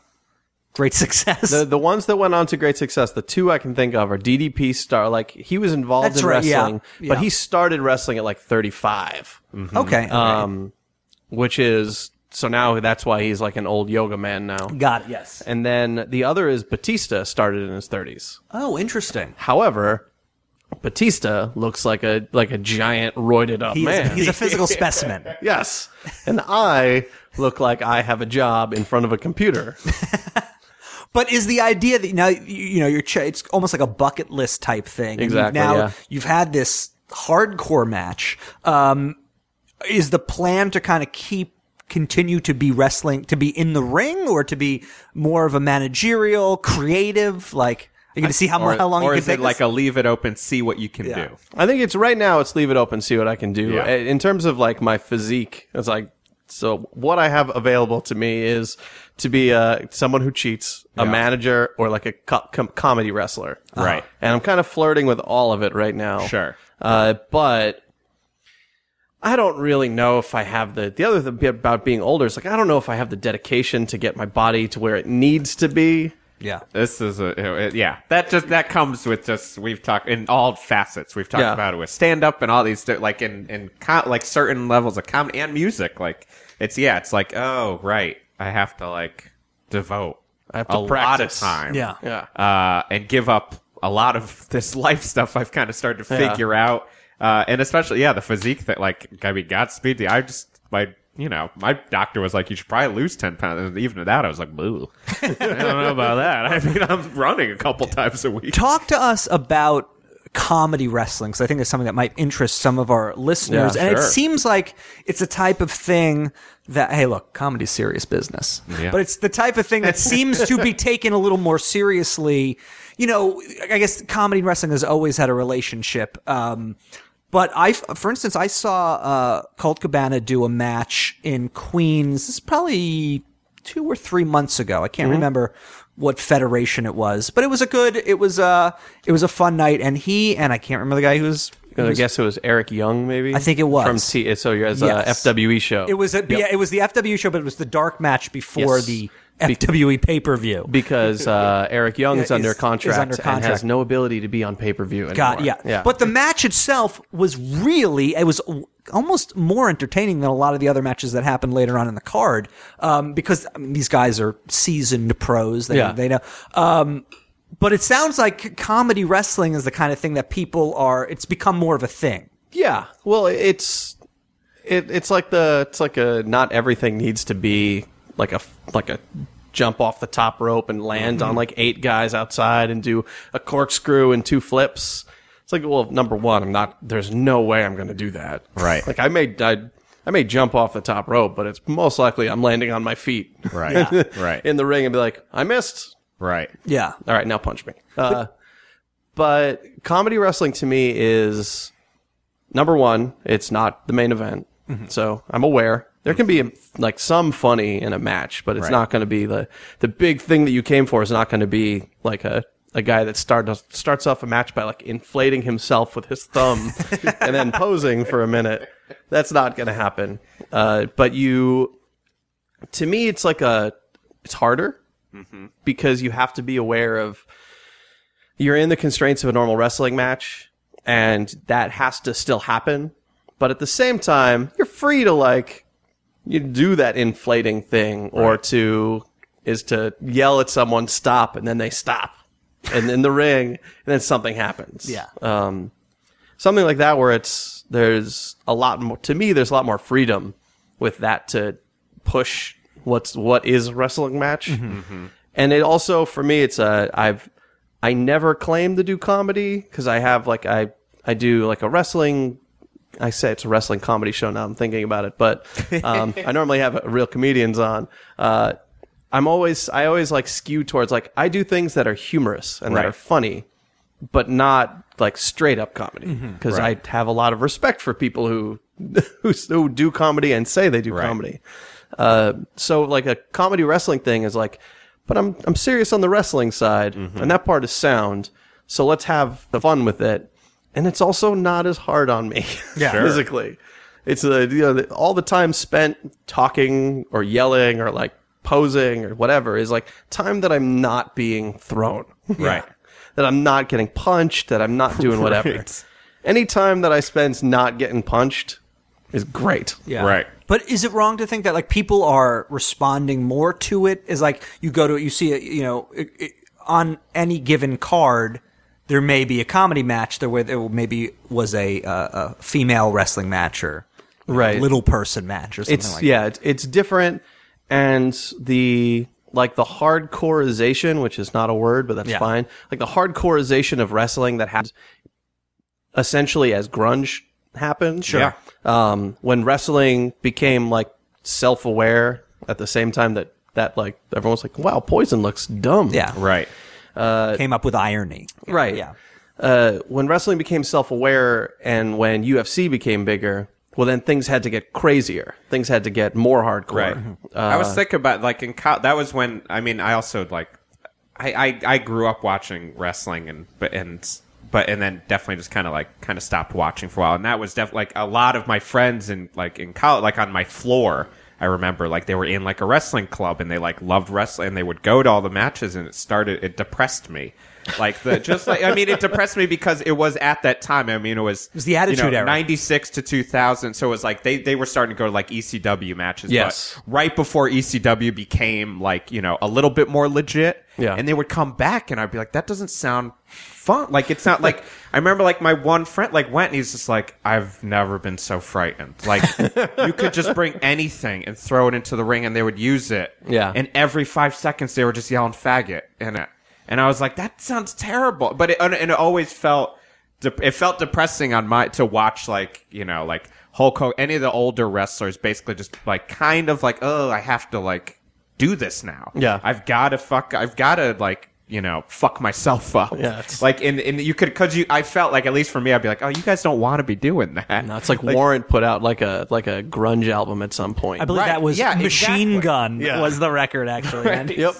Speaker 3: great success.
Speaker 2: Um, The, the ones that went on to great success, the two I can think of are DDP Star. Like he was involved
Speaker 3: That's
Speaker 2: in
Speaker 3: right, yeah.
Speaker 2: wrestling,
Speaker 3: Yeah.
Speaker 2: but he started wrestling at like 35,
Speaker 3: okay,
Speaker 2: uh,
Speaker 3: all right.
Speaker 2: which is so now that's why he's like an old yoga man now.
Speaker 3: got it. Yes.
Speaker 2: And then the other is Batista started in his 30s.
Speaker 3: Oh, interesting.
Speaker 2: However, Batista looks like a like a giant roided up
Speaker 3: He's,
Speaker 2: man.
Speaker 3: he's a physical specimen.
Speaker 2: yes, and I look like I have a job in front of a computer.
Speaker 3: But is the idea that now you, you know you're ch- it's almost like a bucket list type thing. And you've
Speaker 2: Exactly,
Speaker 3: Now
Speaker 2: yeah.
Speaker 3: you've had this hardcore match. Um, is the plan to kind of keep continue to be wrestling to be in the ring or to be more of a managerial creative like are you going to see how, mo-
Speaker 1: Or,
Speaker 3: how long
Speaker 1: or
Speaker 3: you can
Speaker 1: is it
Speaker 3: take
Speaker 1: like
Speaker 3: this?
Speaker 1: a leave it open, see what you can
Speaker 3: Yeah.
Speaker 1: do?
Speaker 2: I think it's right now. It's leave it open, see what I can do.
Speaker 1: Yeah.
Speaker 2: I- In terms of like my physique, it's like so. What I have available to me is to be uh, someone who cheats, a manager, or like a co- com- comedy wrestler.
Speaker 3: Uh-huh.
Speaker 1: Right.
Speaker 2: And I'm kind of flirting with all of it right now.
Speaker 1: Sure.
Speaker 2: Uh, but I don't really know if I have the the other thing about being older is like I don't know if I have the dedication to get my body to where it needs to be.
Speaker 3: yeah
Speaker 1: This is a it- yeah. That just that comes with just we've talked in all facets. We've talked
Speaker 2: Yeah.
Speaker 1: about it with stand up and all these di- like in in co like certain levels of comedy and music. Like it's yeah, it's like oh right, I have to like devote
Speaker 2: I have
Speaker 1: a
Speaker 2: to
Speaker 1: lot of
Speaker 2: practice.
Speaker 1: time.
Speaker 3: Yeah.
Speaker 2: Yeah.
Speaker 1: uh, and give up a lot of this life stuff I've kind of started to
Speaker 2: Yeah.
Speaker 1: figure out. Uh, and especially, yeah, the physique that, like, I mean, Godspeed. to you. I just, my, you know, my doctor was like, you should probably lose 10 pounds. And even to that, I was like, boo. I don't know about that. I mean, I'm running a couple times a week.
Speaker 3: talk to us about comedy wrestling because I think it's something that might interest some of our listeners.
Speaker 2: Yeah,
Speaker 3: and it
Speaker 1: sure.
Speaker 3: seems like it's a type of thing that hey, look, comedy's serious business,
Speaker 1: Yeah.
Speaker 3: but it's the type of thing that seems to be taken a little more seriously. You know, I guess comedy and wrestling has always had a relationship. Um, but I, for instance, I saw uh, Colt Cabana do a match in Queens. This is probably two or three months ago. I can't remember what federation it was, but it was a good. It was a it was a fun night, and he and I can't remember the guy who was.
Speaker 2: I guess it was Eric Young, maybe.
Speaker 3: I think it was.
Speaker 2: from T. So you're as
Speaker 3: Yes.
Speaker 2: a FWE show.
Speaker 3: It was a, yeah, it was the FW show, but it was the dark match before
Speaker 2: Yes.
Speaker 3: the E FWE pay per view.
Speaker 2: because uh, Eric Young is
Speaker 3: Yeah,
Speaker 2: under
Speaker 3: is- is
Speaker 2: contract
Speaker 3: under
Speaker 2: and has
Speaker 3: contract.
Speaker 2: no ability to be on pay per view anymore.
Speaker 3: God, yeah. But the match itself was really it was almost more entertaining than a lot of the other matches that happened later on in the card um, because I mean, these guys are seasoned pros. They,
Speaker 2: Yeah.
Speaker 3: they know. Um, but it sounds like comedy wrestling is the kind of thing that people are. It's become more of a thing.
Speaker 2: yeah, well, it's it, it's like the it's like a not everything needs to be like a like a jump off the top rope and land on like eight guys outside and do a corkscrew and two flips. It's like, well, number one, I'm not. There's no way I'm going to do that.
Speaker 1: Right.
Speaker 2: Like I may I, I may jump off the top rope, but it's most likely I'm landing on my feet.
Speaker 1: Right. Right.
Speaker 2: In the ring and be like, I missed.
Speaker 1: Right.
Speaker 3: Yeah.
Speaker 2: All right, now punch me. Uh, but comedy wrestling to me is number one. It's not the main event, so I'm aware there can be like some funny in a match, but it's not going to be the the big thing that you came for. Is not going to be like a a guy that start, starts off a match by like inflating himself with his thumb and then posing for a minute. That's not going to happen. Uh, but you, to me, it's like a it's harder because you have to be aware of you're in the constraints of a normal wrestling match and that has to still happen but at the same time you're free to like you do that inflating thing or to is to yell at someone stop and then they stop and in the ring and then something happens
Speaker 3: Yeah.
Speaker 2: um something like that where it's there's a lot more to me there's a lot more freedom with that to push what's what is a wrestling match and it also for me it's a i've i never claim to do comedy because i have like i i do like a wrestling i say it's a wrestling comedy show now i'm thinking about it but um, i normally have uh, real comedians on uh, i'm always i always like skew towards like i do things that are humorous and that
Speaker 1: Right.
Speaker 2: are funny but not like straight up comedy because I have a lot of respect for people who who, who do comedy and say they do comedy. Uh, so like a comedy wrestling thing is like, but I'm I'm serious on the wrestling side,
Speaker 1: Mm-hmm.
Speaker 2: and that part is sound. So let's have the fun with it, and it's also not as hard on me uh,
Speaker 1: Sure.
Speaker 2: physically. It's a, you know, all the time spent talking or yelling or like posing or whatever is like time that I'm not being thrown.
Speaker 1: Right.
Speaker 2: That I'm not getting punched, that I'm not doing whatever.
Speaker 1: Right.
Speaker 2: Any time that I spend not getting punched is great.
Speaker 3: Yeah.
Speaker 1: Right.
Speaker 3: But is it wrong to think that like people are responding more to it? Is like you go to you see a, you know i i on any given card there may be a comedy match there where there maybe was a uh, a female wrestling match or
Speaker 2: Right.
Speaker 3: little person match or something
Speaker 2: it's
Speaker 3: like
Speaker 2: yeah, it's, it's different, and the like the hardcoreization, which is not a word, but that's
Speaker 3: Yeah.
Speaker 2: fine. Like the hardcoreization of wrestling that happens essentially as grunge happened.
Speaker 1: Sure.
Speaker 2: Um, when wrestling became like self-aware at the same time that that like everyone's like, wow, Poison looks dumb.
Speaker 3: that. yeah
Speaker 1: Right.
Speaker 3: came up with irony
Speaker 2: Right.
Speaker 3: yeah
Speaker 2: Uh, when wrestling became self-aware and when UFC became bigger, well, then things had to get crazier. Things had to get more hardcore.
Speaker 1: Right. I
Speaker 3: Uh,
Speaker 1: was thinking about like in co- that was when I mean I also like I, I I grew up watching wrestling and but and but and then definitely just kind of like kind of stopped watching for a while and that was definitely like a lot of my friends in like in college like on my floor I remember like they were in like a wrestling club and they like loved wrestling and they would go to all the matches and it started it depressed me. Like the just like I mean it depressed me because it was at that time I mean it was it
Speaker 3: was the Attitude Era.
Speaker 1: 96 to 2000 so it was like they, they were starting to go to like ecw matches but
Speaker 2: Yes.
Speaker 1: right before ecw became like you know a little bit more legit
Speaker 2: Yeah.
Speaker 1: and they would come back and i'd be like that doesn't sound fun like it's not like i remember like my one friend like went and he's just like i've never been so frightened like you could just bring anything and throw it into the ring and they would use it
Speaker 2: Yeah.
Speaker 1: and every five seconds they were just yelling faggot and it and i was like that sounds terrible but it and it always felt de- it felt depressing on my to watch like you know like hulk hogan any of the older wrestlers basically just like kind of like oh i have to like do this now
Speaker 2: Yeah.
Speaker 1: i've gotta fuck i've gotta like you know fuck myself up
Speaker 2: Yeah, it's-
Speaker 1: like and, and you could because you i felt like at least for me i'd be like oh you guys don't want to be doing that
Speaker 2: No, it's like, Warren put out like a like a grunge album at some point.
Speaker 3: I believe
Speaker 1: Right.
Speaker 3: that was
Speaker 1: Yeah,
Speaker 3: Machine
Speaker 1: exactly.
Speaker 3: Gun was the record actually man.
Speaker 2: yep.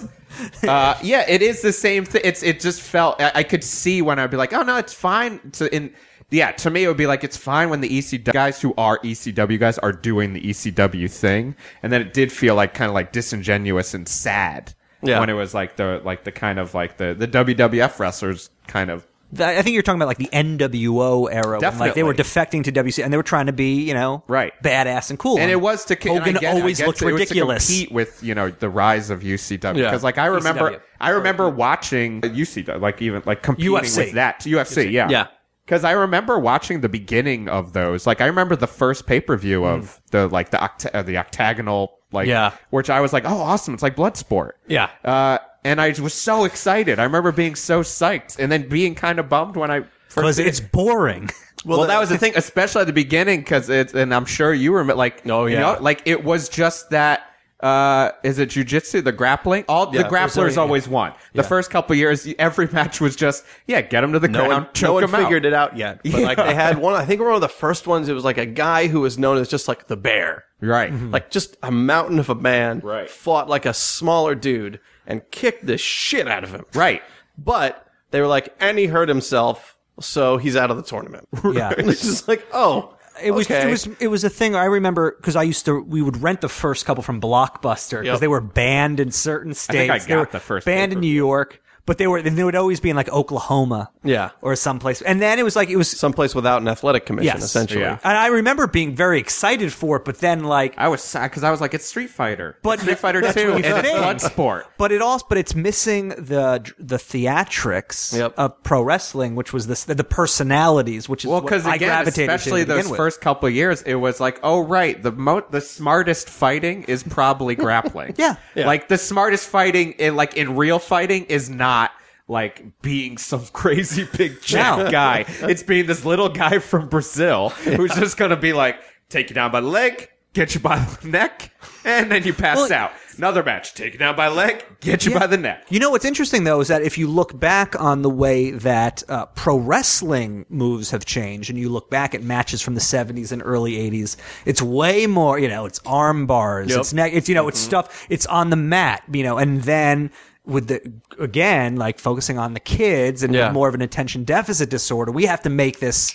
Speaker 1: uh, yeah, it is the same thing. It's it just felt I, I could see when I'd be like, oh no, it's fine. To in yeah, to me it would be like it's fine when the ECW guys who are ECW guys are doing the ECW thing, and then it did feel like kind of like disingenuous and sad
Speaker 2: Yeah.
Speaker 1: when it was like the like the kind of like the the WWF wrestlers kind of
Speaker 3: Th- I think you're talking about like the NWO era, when, like
Speaker 1: Definitely.
Speaker 3: they were defecting to WC and they were trying to be, you know,
Speaker 1: Right.
Speaker 3: badass and cool.
Speaker 1: and it was to and I
Speaker 3: Hogan
Speaker 1: get it, I
Speaker 3: always
Speaker 1: get
Speaker 3: looked
Speaker 1: it, it was to
Speaker 3: ridiculous.
Speaker 1: compete with you know the rise of UCW
Speaker 2: Yeah.
Speaker 1: because like I remember
Speaker 3: ECW.
Speaker 1: I remember watching UCW like even like competing
Speaker 3: UFC.
Speaker 1: with that UFC, yeah
Speaker 2: Yeah.
Speaker 1: because I remember watching the beginning of those like I remember the first pay per view of the like the oct- uh, the octagonal like
Speaker 2: Yeah.
Speaker 1: which I was like oh awesome it's like Bloodsport
Speaker 2: Yeah.
Speaker 1: uh, and I was so excited I remember being so psyched and then being kind of bummed when I first
Speaker 3: because it's boring.
Speaker 1: well, that was the thing, especially at the beginning, because it's, and I'm sure you remember, like,
Speaker 2: Oh,
Speaker 1: you
Speaker 2: yeah.
Speaker 1: know, like it was just that. Uh, is it jujitsu? The grappling? All
Speaker 2: Yeah,
Speaker 1: the
Speaker 2: Brazilian,
Speaker 1: grapplers
Speaker 2: yeah.
Speaker 1: always won. The first couple years, every match was just yeah, get him to the
Speaker 2: No
Speaker 1: ground,
Speaker 2: one,
Speaker 1: choke
Speaker 2: no one
Speaker 1: him out.
Speaker 2: figured it out yet. But like they had one. I think one of the first ones. It was like a guy who was known as just like the bear,
Speaker 1: Right.
Speaker 2: like just a mountain of a man.
Speaker 1: Right.
Speaker 2: Fought like a smaller dude and kicked the shit out of him.
Speaker 1: Right.
Speaker 2: But they were like, and he hurt himself, so he's out of the tournament.
Speaker 3: Yeah.
Speaker 2: it's just like, oh,
Speaker 3: It was
Speaker 2: okay.
Speaker 3: it was it was a thing I remember because I used to we would rent the first couple from Blockbuster because
Speaker 2: Yep.
Speaker 3: they were banned in certain states.
Speaker 1: think I
Speaker 3: they
Speaker 1: got
Speaker 3: were
Speaker 1: the first
Speaker 3: banned in New
Speaker 1: pay-per-view.
Speaker 3: York, but they were then they would always be in like Oklahoma,
Speaker 2: Yeah.
Speaker 3: or someplace. And then it was like it was
Speaker 2: someplace without an athletic commission,
Speaker 3: Yes.
Speaker 2: essentially.
Speaker 1: Yeah.
Speaker 3: and I remember being very excited for it, but then like
Speaker 1: I was sad because I was like, it's Street Fighter,
Speaker 3: But
Speaker 1: It's Street Fighter
Speaker 3: that's
Speaker 1: Two,
Speaker 3: what
Speaker 1: and
Speaker 3: you
Speaker 1: it's
Speaker 3: think.
Speaker 1: Bloodsport.
Speaker 3: But it also, but it's missing the the theatrics
Speaker 2: Yep.
Speaker 3: of pro wrestling, which was this the personalities, which is
Speaker 1: Well,
Speaker 3: because
Speaker 1: because
Speaker 3: I
Speaker 1: again,
Speaker 3: gravitated to
Speaker 1: especially
Speaker 3: to begin
Speaker 1: those
Speaker 3: with.
Speaker 1: first couple years, it was like, oh right, the mo- the smartest fighting is probably grappling.
Speaker 3: Yeah.
Speaker 2: Yeah.
Speaker 1: like the smartest fighting, in, like in real fighting, is not like being some crazy big jack
Speaker 3: No.
Speaker 1: guy. It's being this little guy from Brazil who's just gonna be like, take you down by the leg, get you by the neck, and then you pass
Speaker 3: Well-
Speaker 1: out. Another match, take you down by the leg, get you
Speaker 3: Yeah.
Speaker 1: by the neck.
Speaker 3: You know what's interesting though is that if you look back on the way that uh, pro wrestling moves have changed, and you look back at matches from the '70s and early '80s, it's way more. You know, it's arm bars,
Speaker 2: Yep. Mm-hmm.
Speaker 3: it's neck, it's you know, it's stuff, it's on the mat. You know, and then with the again, like focusing on the kids and
Speaker 2: Yeah.
Speaker 3: more of an attention deficit disorder, we have to make this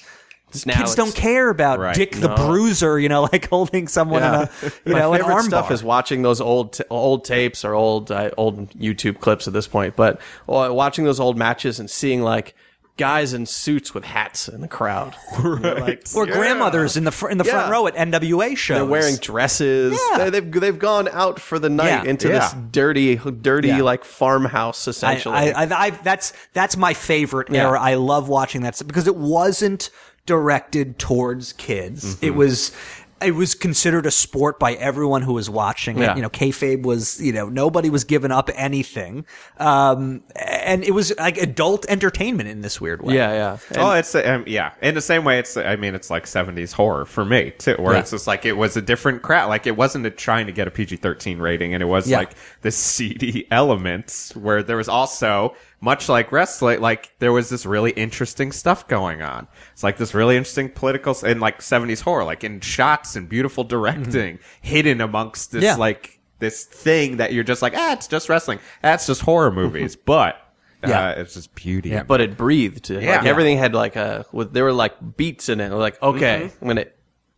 Speaker 2: now
Speaker 3: Kids
Speaker 2: it's-
Speaker 3: don't care about
Speaker 1: Right,
Speaker 3: Dick the
Speaker 2: no.
Speaker 3: Bruiser, you know, like holding someone
Speaker 2: Yeah.
Speaker 3: in a, uh, you
Speaker 2: My
Speaker 3: know, an
Speaker 2: favorite
Speaker 3: arm
Speaker 2: stuff
Speaker 3: bar.
Speaker 2: is watching those old t- old tapes or old uh, old YouTube clips at this point, but uh, watching those old matches and seeing like guys in suits with hats in the crowd. And you're like,
Speaker 3: or grandmothers in the fr- in the front
Speaker 2: Yeah.
Speaker 3: row at NWA shows.
Speaker 2: they're wearing dresses.
Speaker 3: Yeah.
Speaker 2: They, they've they've gone out for the night
Speaker 3: Yeah.
Speaker 2: into this
Speaker 1: Yeah.
Speaker 2: dirty dirty
Speaker 3: Yeah.
Speaker 2: like farmhouse
Speaker 3: I,
Speaker 2: essentially.
Speaker 3: I, I, I, that's that's my favorite era. I love watching that stuff because it wasn't directed towards kids.
Speaker 2: Mm-hmm.
Speaker 3: It was it was considered a sport by everyone who was watching
Speaker 2: Yeah.
Speaker 3: it. You know, kayfabe was you know nobody was giving up anything, um, and it was like adult entertainment in this weird way.
Speaker 2: yeah, yeah. And-
Speaker 1: oh, it's um, yeah. In the same way, it's I mean, it's like '70s horror for me too, where
Speaker 2: Yeah.
Speaker 1: it's just like it was a different crowd. Like it wasn't a, trying to get a PG-13 rating, and it was
Speaker 3: Yeah.
Speaker 1: like the seedy elements where there was also much like wrestling, like there was this really interesting stuff going on. It's like this really interesting political s- and like '70s horror, like in shots and beautiful directing, hidden amongst this
Speaker 3: Mm-hmm. Yeah.
Speaker 1: like this thing that you're just like, ah, it's just wrestling, that's just horror movies, but.
Speaker 3: Yeah.
Speaker 1: Uh, it's just beauty. in
Speaker 2: but it breathed.
Speaker 1: Yeah.
Speaker 2: Like everything had like a with there were like beats in it. Like okay,
Speaker 3: Mm-hmm.
Speaker 2: I'm gonna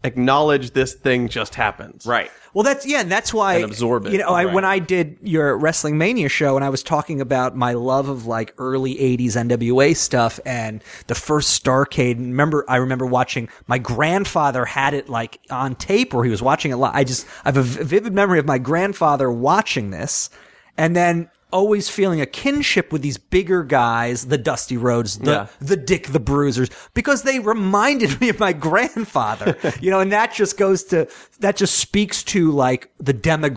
Speaker 2: acknowledge this thing just happened.
Speaker 1: Right.
Speaker 3: Well, that's yeah, and that's why
Speaker 2: And absorb it.
Speaker 3: You know, I,
Speaker 1: Right.
Speaker 3: when I did your Wrestling Mania show, and I was talking about my love of like early '80s NWA stuff and the first Starcade. and Remember, I remember watching my grandfather had it like on tape, or he was watching it live. I just I have a v- vivid memory of my grandfather watching this, and then. Always feeling a kinship with these bigger guys, the Dusty Rhodes, the
Speaker 2: Yeah.
Speaker 3: the Dick the Bruisers because they reminded me of my grandfather. you know, and that just goes to that just speaks to like the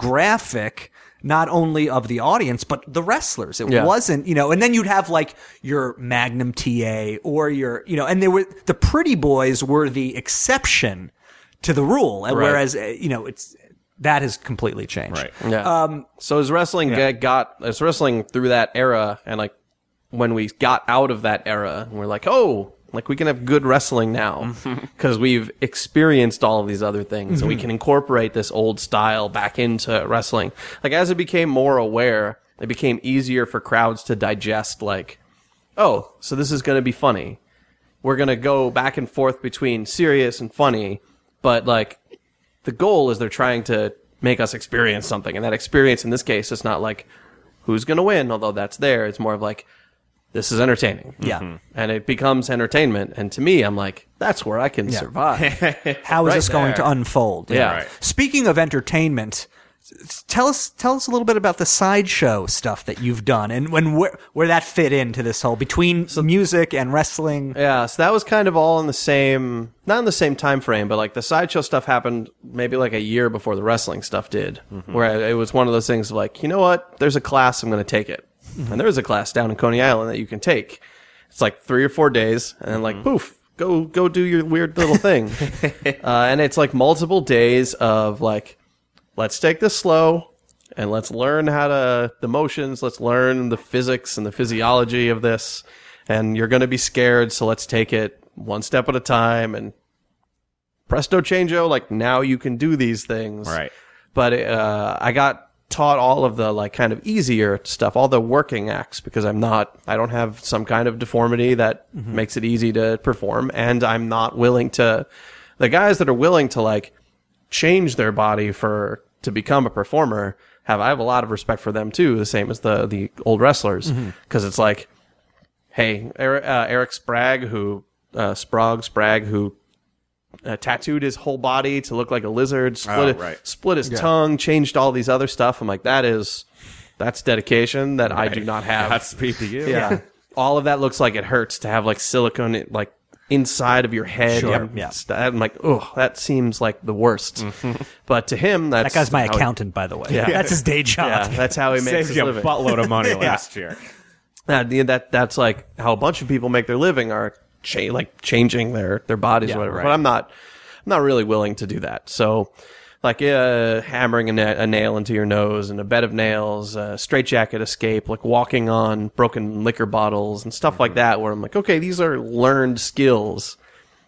Speaker 3: demographic not only of the audience but the wrestlers. It
Speaker 2: Yeah.
Speaker 3: wasn't, you know, and then you'd have like your Magnum TA or your, you know, and they were the pretty boys were the exception to the rule. And
Speaker 2: Right.
Speaker 3: whereas, uh, you know, it's that has completely changed.
Speaker 1: Right.
Speaker 2: Yeah. Um, so as wrestling got got as wrestling through that era, and like when we got out of that era, and we're like, oh, like we can have good wrestling now because we've experienced all of these other things, and we can incorporate this old style back into wrestling. Like as it became more aware, it became easier for crowds to digest. Like, oh, so this is going to be funny. We're going to go back and forth between serious and funny, but like the goal is they're trying to make us experience something and that experience in this case is not like who's going to win although that's there it's more of like this is entertaining
Speaker 3: Yeah.
Speaker 2: and it becomes entertainment and to me i'm like that's where i can survive
Speaker 3: How is
Speaker 2: Right
Speaker 3: this going
Speaker 2: there.
Speaker 3: to unfold?
Speaker 2: Yeah.
Speaker 1: Right.
Speaker 3: Speaking of entertainment, s- tell us tell us a little bit about the sideshow stuff that you've done and when where, where that fit into this whole between music and wrestling.
Speaker 2: yeah so that was kind of all in the same not in the same time frame but like the sideshow stuff happened maybe like a year before the wrestling stuff did where it was one of those things of like you know what there's a class i'm going to take it and there is a class down in coney island that you can take it's like three or four days and then like poof go go do your weird little thing uh, and it's like multiple days of like let's take this slow and let's learn how to the motions let's learn the physics and the physiology of this and you're going to be scared so let's take it one step at a time and presto changeo like now you can do these things
Speaker 1: Right.
Speaker 2: but uh, I got taught all of the like kind of easier stuff, all the working acts because I'm not, I don't have some kind of deformity that makes it easy to perform, and I'm not willing to. The guys that are willing to like change their body for to become a performer have I have a lot of respect for them too, the same as the the old wrestlers
Speaker 1: Mm-hmm.
Speaker 2: because it's like hey, Eric, uh, Eric Sprague, who uh, Sprague Sprague, who uh, tattooed his whole body to look like a lizard, split
Speaker 1: Oh, right.
Speaker 2: split his tongue, changed all these other stuff. I'm like, that is that's dedication that I do not have.
Speaker 1: Godspeed to you.
Speaker 2: yeah, all of that looks like it hurts to have like silicone it, like inside of your head.
Speaker 3: Sure,
Speaker 2: and
Speaker 3: yeah. Mm-hmm.
Speaker 2: st- I'm like, oh, that seems like the worst. But to him, that's
Speaker 3: That guy's my
Speaker 2: how he-
Speaker 3: accountant, by the way. That's his day
Speaker 2: yeah,
Speaker 3: job.
Speaker 2: that's how he makes
Speaker 1: Saved
Speaker 2: his
Speaker 1: you a
Speaker 2: living.
Speaker 1: buttload of money last year.
Speaker 2: that yeah, that that's like how a bunch of people make their living are cha- like changing their their bodies or whatever. But I'm not I'm not really willing to do that. So like uh, hammering a, na- a nail into your nose and a bed of nails, uh, straitjacket escape, like walking on broken liquor bottles and stuff like that. Where I'm like, okay, these are learned skills.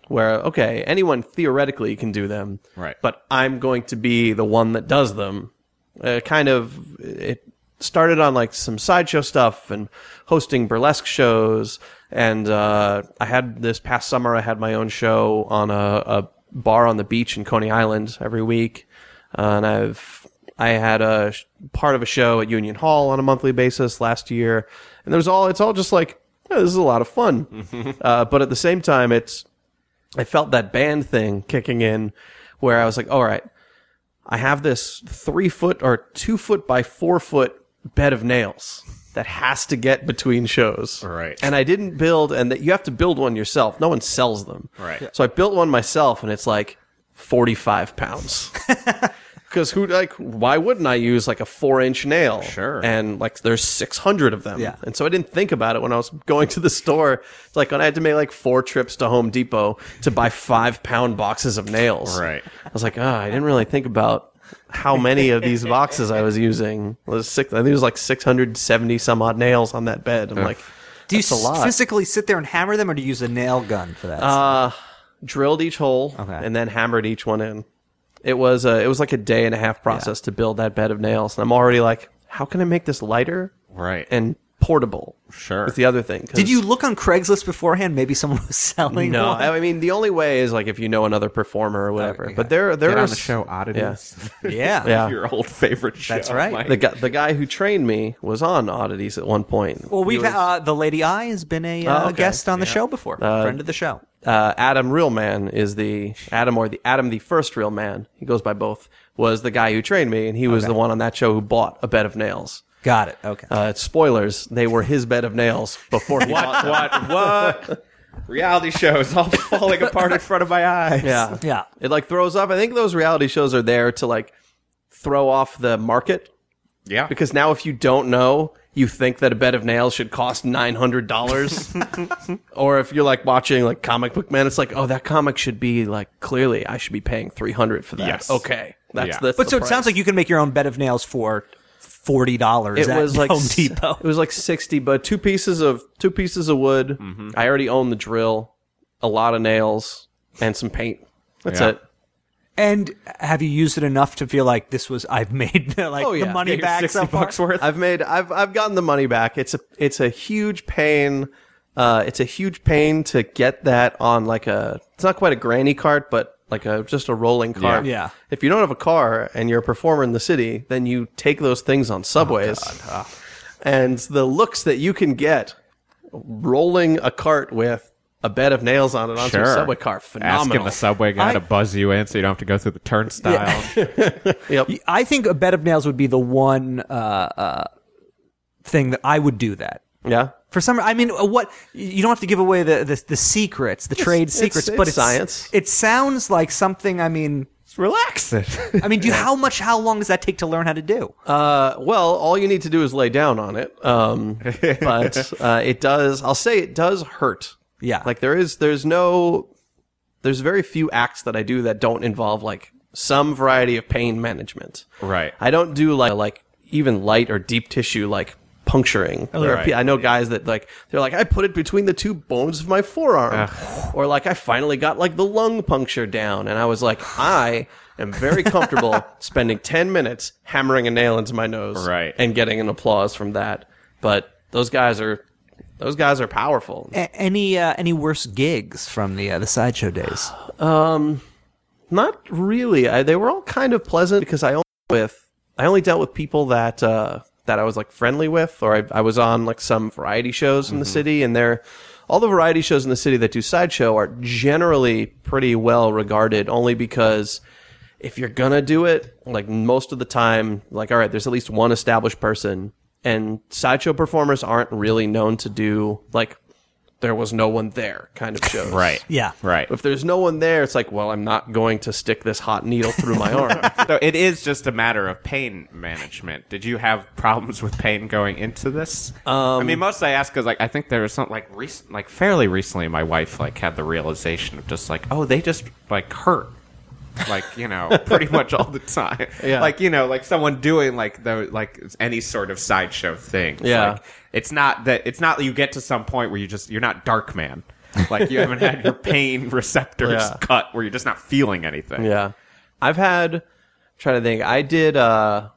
Speaker 2: Where okay, anyone theoretically can do them,
Speaker 1: Right.
Speaker 2: But I'm going to be the one that does them. Uh, kind of it started on like some sideshow stuff and hosting burlesque shows. And uh, I had this past summer, I had my own show on a, a bar on the beach in Coney Island every week. Uh, and I've I had a sh- part of a show at Union Hall on a monthly basis last year, and there was all it's all just like "Yeah, this is a lot of fun, uh, but at the same time, it's I felt that band thing kicking in, where I was like, all right, I have this three foot or two foot by four foot bed of nails that has to get between shows.
Speaker 1: Right.
Speaker 2: And I didn't build, and that you have to build one yourself. No one sells them.
Speaker 1: Right. Yeah.
Speaker 2: So I built one myself, and it's like forty five pounds. Because who like why wouldn't I use like a four inch nail?
Speaker 1: Sure.
Speaker 2: And like there's six hundred of them.
Speaker 4: Yeah.
Speaker 2: And so I didn't think about it when I was going to the store. It's like when I had to make like four trips to Home Depot to buy five pound boxes of nails.
Speaker 1: Right.
Speaker 2: I was like, ah, I didn't really think about how many of these boxes I was using. It was six, I think it was like 670 some odd nails on that bed. I'm like,
Speaker 3: Do you
Speaker 2: that's a lot. Um,
Speaker 3: physically sit there and hammer them, or do you use a nail gun for that?
Speaker 2: drilled each hole and then hammered each one in. It was a, it was like a day and a half process to build that bed of nails. And I'm already like, how can I make this lighter
Speaker 1: Right.
Speaker 2: and portable?
Speaker 1: Sure.
Speaker 2: Is the other thing. 'cause-
Speaker 3: Did you look on Craigslist beforehand? Maybe someone was selling.
Speaker 2: No,
Speaker 3: one?
Speaker 2: I mean the only way is like if you know another performer or whatever. But there, there
Speaker 1: Uh, Get
Speaker 2: are
Speaker 1: on the
Speaker 2: s-
Speaker 1: show Oddities.
Speaker 3: yeah.
Speaker 2: Yeah.
Speaker 1: Your old favorite show.
Speaker 3: That's right.
Speaker 1: Mike.
Speaker 2: The guy, the guy who trained me was on Oddities at one point.
Speaker 3: Well, we've
Speaker 2: He was-
Speaker 3: uh, the lady I has been a uh,
Speaker 2: Oh, okay.
Speaker 3: guest on the show before, friend of the show.
Speaker 2: uh, Adam Real Man is the Adam or the Adam the first Real Man. He goes by both. Was the guy who trained me, and he was the one on that show who bought a bed of nails.
Speaker 3: Got it. Okay.
Speaker 2: Uh, spoilers: they were his bed of nails before he bought them.
Speaker 1: What? What? Reality shows all falling apart in front of my eyes.
Speaker 2: Yeah,
Speaker 3: Yeah.
Speaker 2: It like throws up. I think those reality shows are there to like throw off the market
Speaker 1: Yeah.
Speaker 2: because now if you don't know you think that a bed of nails should cost $900 or if you're like watching like comic book man it's like oh that comic should be like clearly i should be paying 300 for that
Speaker 1: Yes.
Speaker 2: okay that's
Speaker 1: Yeah.
Speaker 2: the
Speaker 3: but so it sounds like you can make your own bed of nails for forty dollars.
Speaker 2: it
Speaker 3: at
Speaker 2: was like
Speaker 3: Home
Speaker 2: s-
Speaker 3: Depot.
Speaker 2: it was like 60 but two pieces of two pieces of wood
Speaker 1: Mm-hmm.
Speaker 2: i already own the drill a lot of nails and some paint that's
Speaker 1: Yeah.
Speaker 2: it
Speaker 3: And have you used it enough to feel like this was I've made like
Speaker 2: Oh, yeah.
Speaker 3: the money
Speaker 2: Get your
Speaker 3: back so
Speaker 1: 60
Speaker 3: far?
Speaker 1: bucks worth.
Speaker 2: I've made I've I've gotten the money back. It's a it's a huge pain. Uh, it's a huge pain to get that on like a it's not quite a granny cart, but like a just a rolling cart.
Speaker 1: Yeah.
Speaker 3: Yeah.
Speaker 2: If you don't have a car and you're a performer in the city, then you take those things on subways.
Speaker 1: Oh, Ah.
Speaker 2: And the looks that you can get rolling a cart with a bed of nails on it onto a
Speaker 1: Sure.
Speaker 2: subway car,
Speaker 1: Asking
Speaker 2: phenomenal.
Speaker 1: the subway guy to buzz you in so you don't have to go through the turnstile.
Speaker 2: Yep.
Speaker 3: I think a bed of nails would be the one uh, uh, thing that I would do that.
Speaker 2: Yeah.
Speaker 3: For some, I mean, uh, what you don't have to give away the the, the secrets, the trade
Speaker 2: it's-
Speaker 3: secrets,
Speaker 2: it's
Speaker 3: but it's
Speaker 2: science.
Speaker 3: It sounds like something. I mean,
Speaker 1: Relax it.
Speaker 3: I mean, do you, how much? How long does that take to learn how to do?
Speaker 2: Uh, well, all you need to do is lay down on it. Um, but uh, it does. I'll say it does hurt.
Speaker 3: Yeah.
Speaker 2: Like there is. There's no. There's very few acts that I do that don't involve like some variety of pain management.
Speaker 1: Right.
Speaker 2: I don't do like like even light or deep tissue like puncturing. There are
Speaker 1: Oh, Right.
Speaker 2: pe- I know guys that like they're like I put it between the two bones of my forearm, or like I finally got like the lung puncture down, and I was like I am very comfortable spending ten minutes hammering a nail into my nose,
Speaker 1: Right.
Speaker 2: and getting an applause from that. But those guys are those guys are powerful.
Speaker 3: A- any uh, any worse gigs from the uh, the sideshow days?
Speaker 2: Not really. I, they were all kind of pleasant because I only with I only dealt with people that uh, that I was like friendly with, or I, I was on like some variety shows in the city, and they're all the variety shows in the city that do sideshow are generally pretty well regarded, only because if you're gonna do it, like most of the time, like all right, there's at least one established person, and sideshow performers aren't really known to do like there was no one there kind of shows,
Speaker 1: Right.
Speaker 3: Yeah.
Speaker 1: Right.
Speaker 2: if there's no one there, it's like, well, I'm not going to stick this hot needle through my arm.
Speaker 1: So it is just a matter of pain management. Did you have problems with pain going into this? I
Speaker 2: Um,
Speaker 1: mean, mostly I ask because like I think there was something like recent, like fairly recently, my wife like had the realization of just like, oh, they just like hurt. like you know, pretty much all the time.
Speaker 2: Yeah.
Speaker 1: Like you know, like someone doing like the like any sort of sideshow thing. It's
Speaker 2: Yeah.
Speaker 1: like, it's not that it's not that you get to some point where you just you're not dark man. Like you haven't had your pain receptors
Speaker 2: Yeah.
Speaker 1: cut where you're just not feeling anything.
Speaker 2: yeah. I've had, I'm trying to think, I did, uh,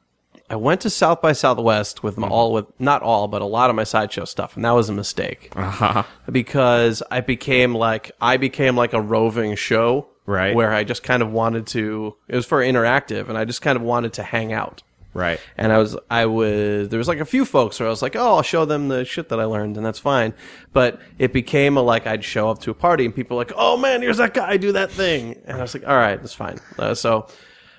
Speaker 2: I went to South by Southwest with my, all with not all, but a lot of my sideshow stuff, and that was a mistake because I became like I became like a roving show,
Speaker 1: Right.
Speaker 2: Where I just kind of wanted to. It was for interactive, and I just kind of wanted to hang out.
Speaker 1: Right.
Speaker 2: And I was, I was, there was like a few folks where I was like, oh, I'll show them the shit that I learned and that's fine. But it became a like, I'd show up to a party and people were like, oh man, here's that guy, do that thing. And I was like, all right, that's fine. Uh, so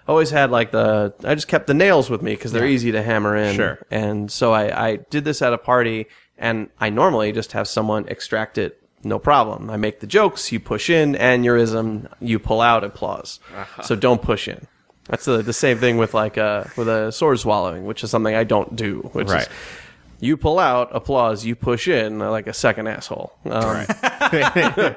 Speaker 2: I always had like the, I just kept the nails with me because they're easy to hammer in.
Speaker 1: Sure.
Speaker 2: And so I, I did this at a party and I normally just have someone extract it. No problem. I make the jokes, you push in, aneurysm, you pull out applause. So don't push in. That's the, the same thing with like uh with a sword swallowing, which is something I don't do. Which
Speaker 1: Right.
Speaker 2: is you pull out, applause. You push in uh, like a second asshole. Um,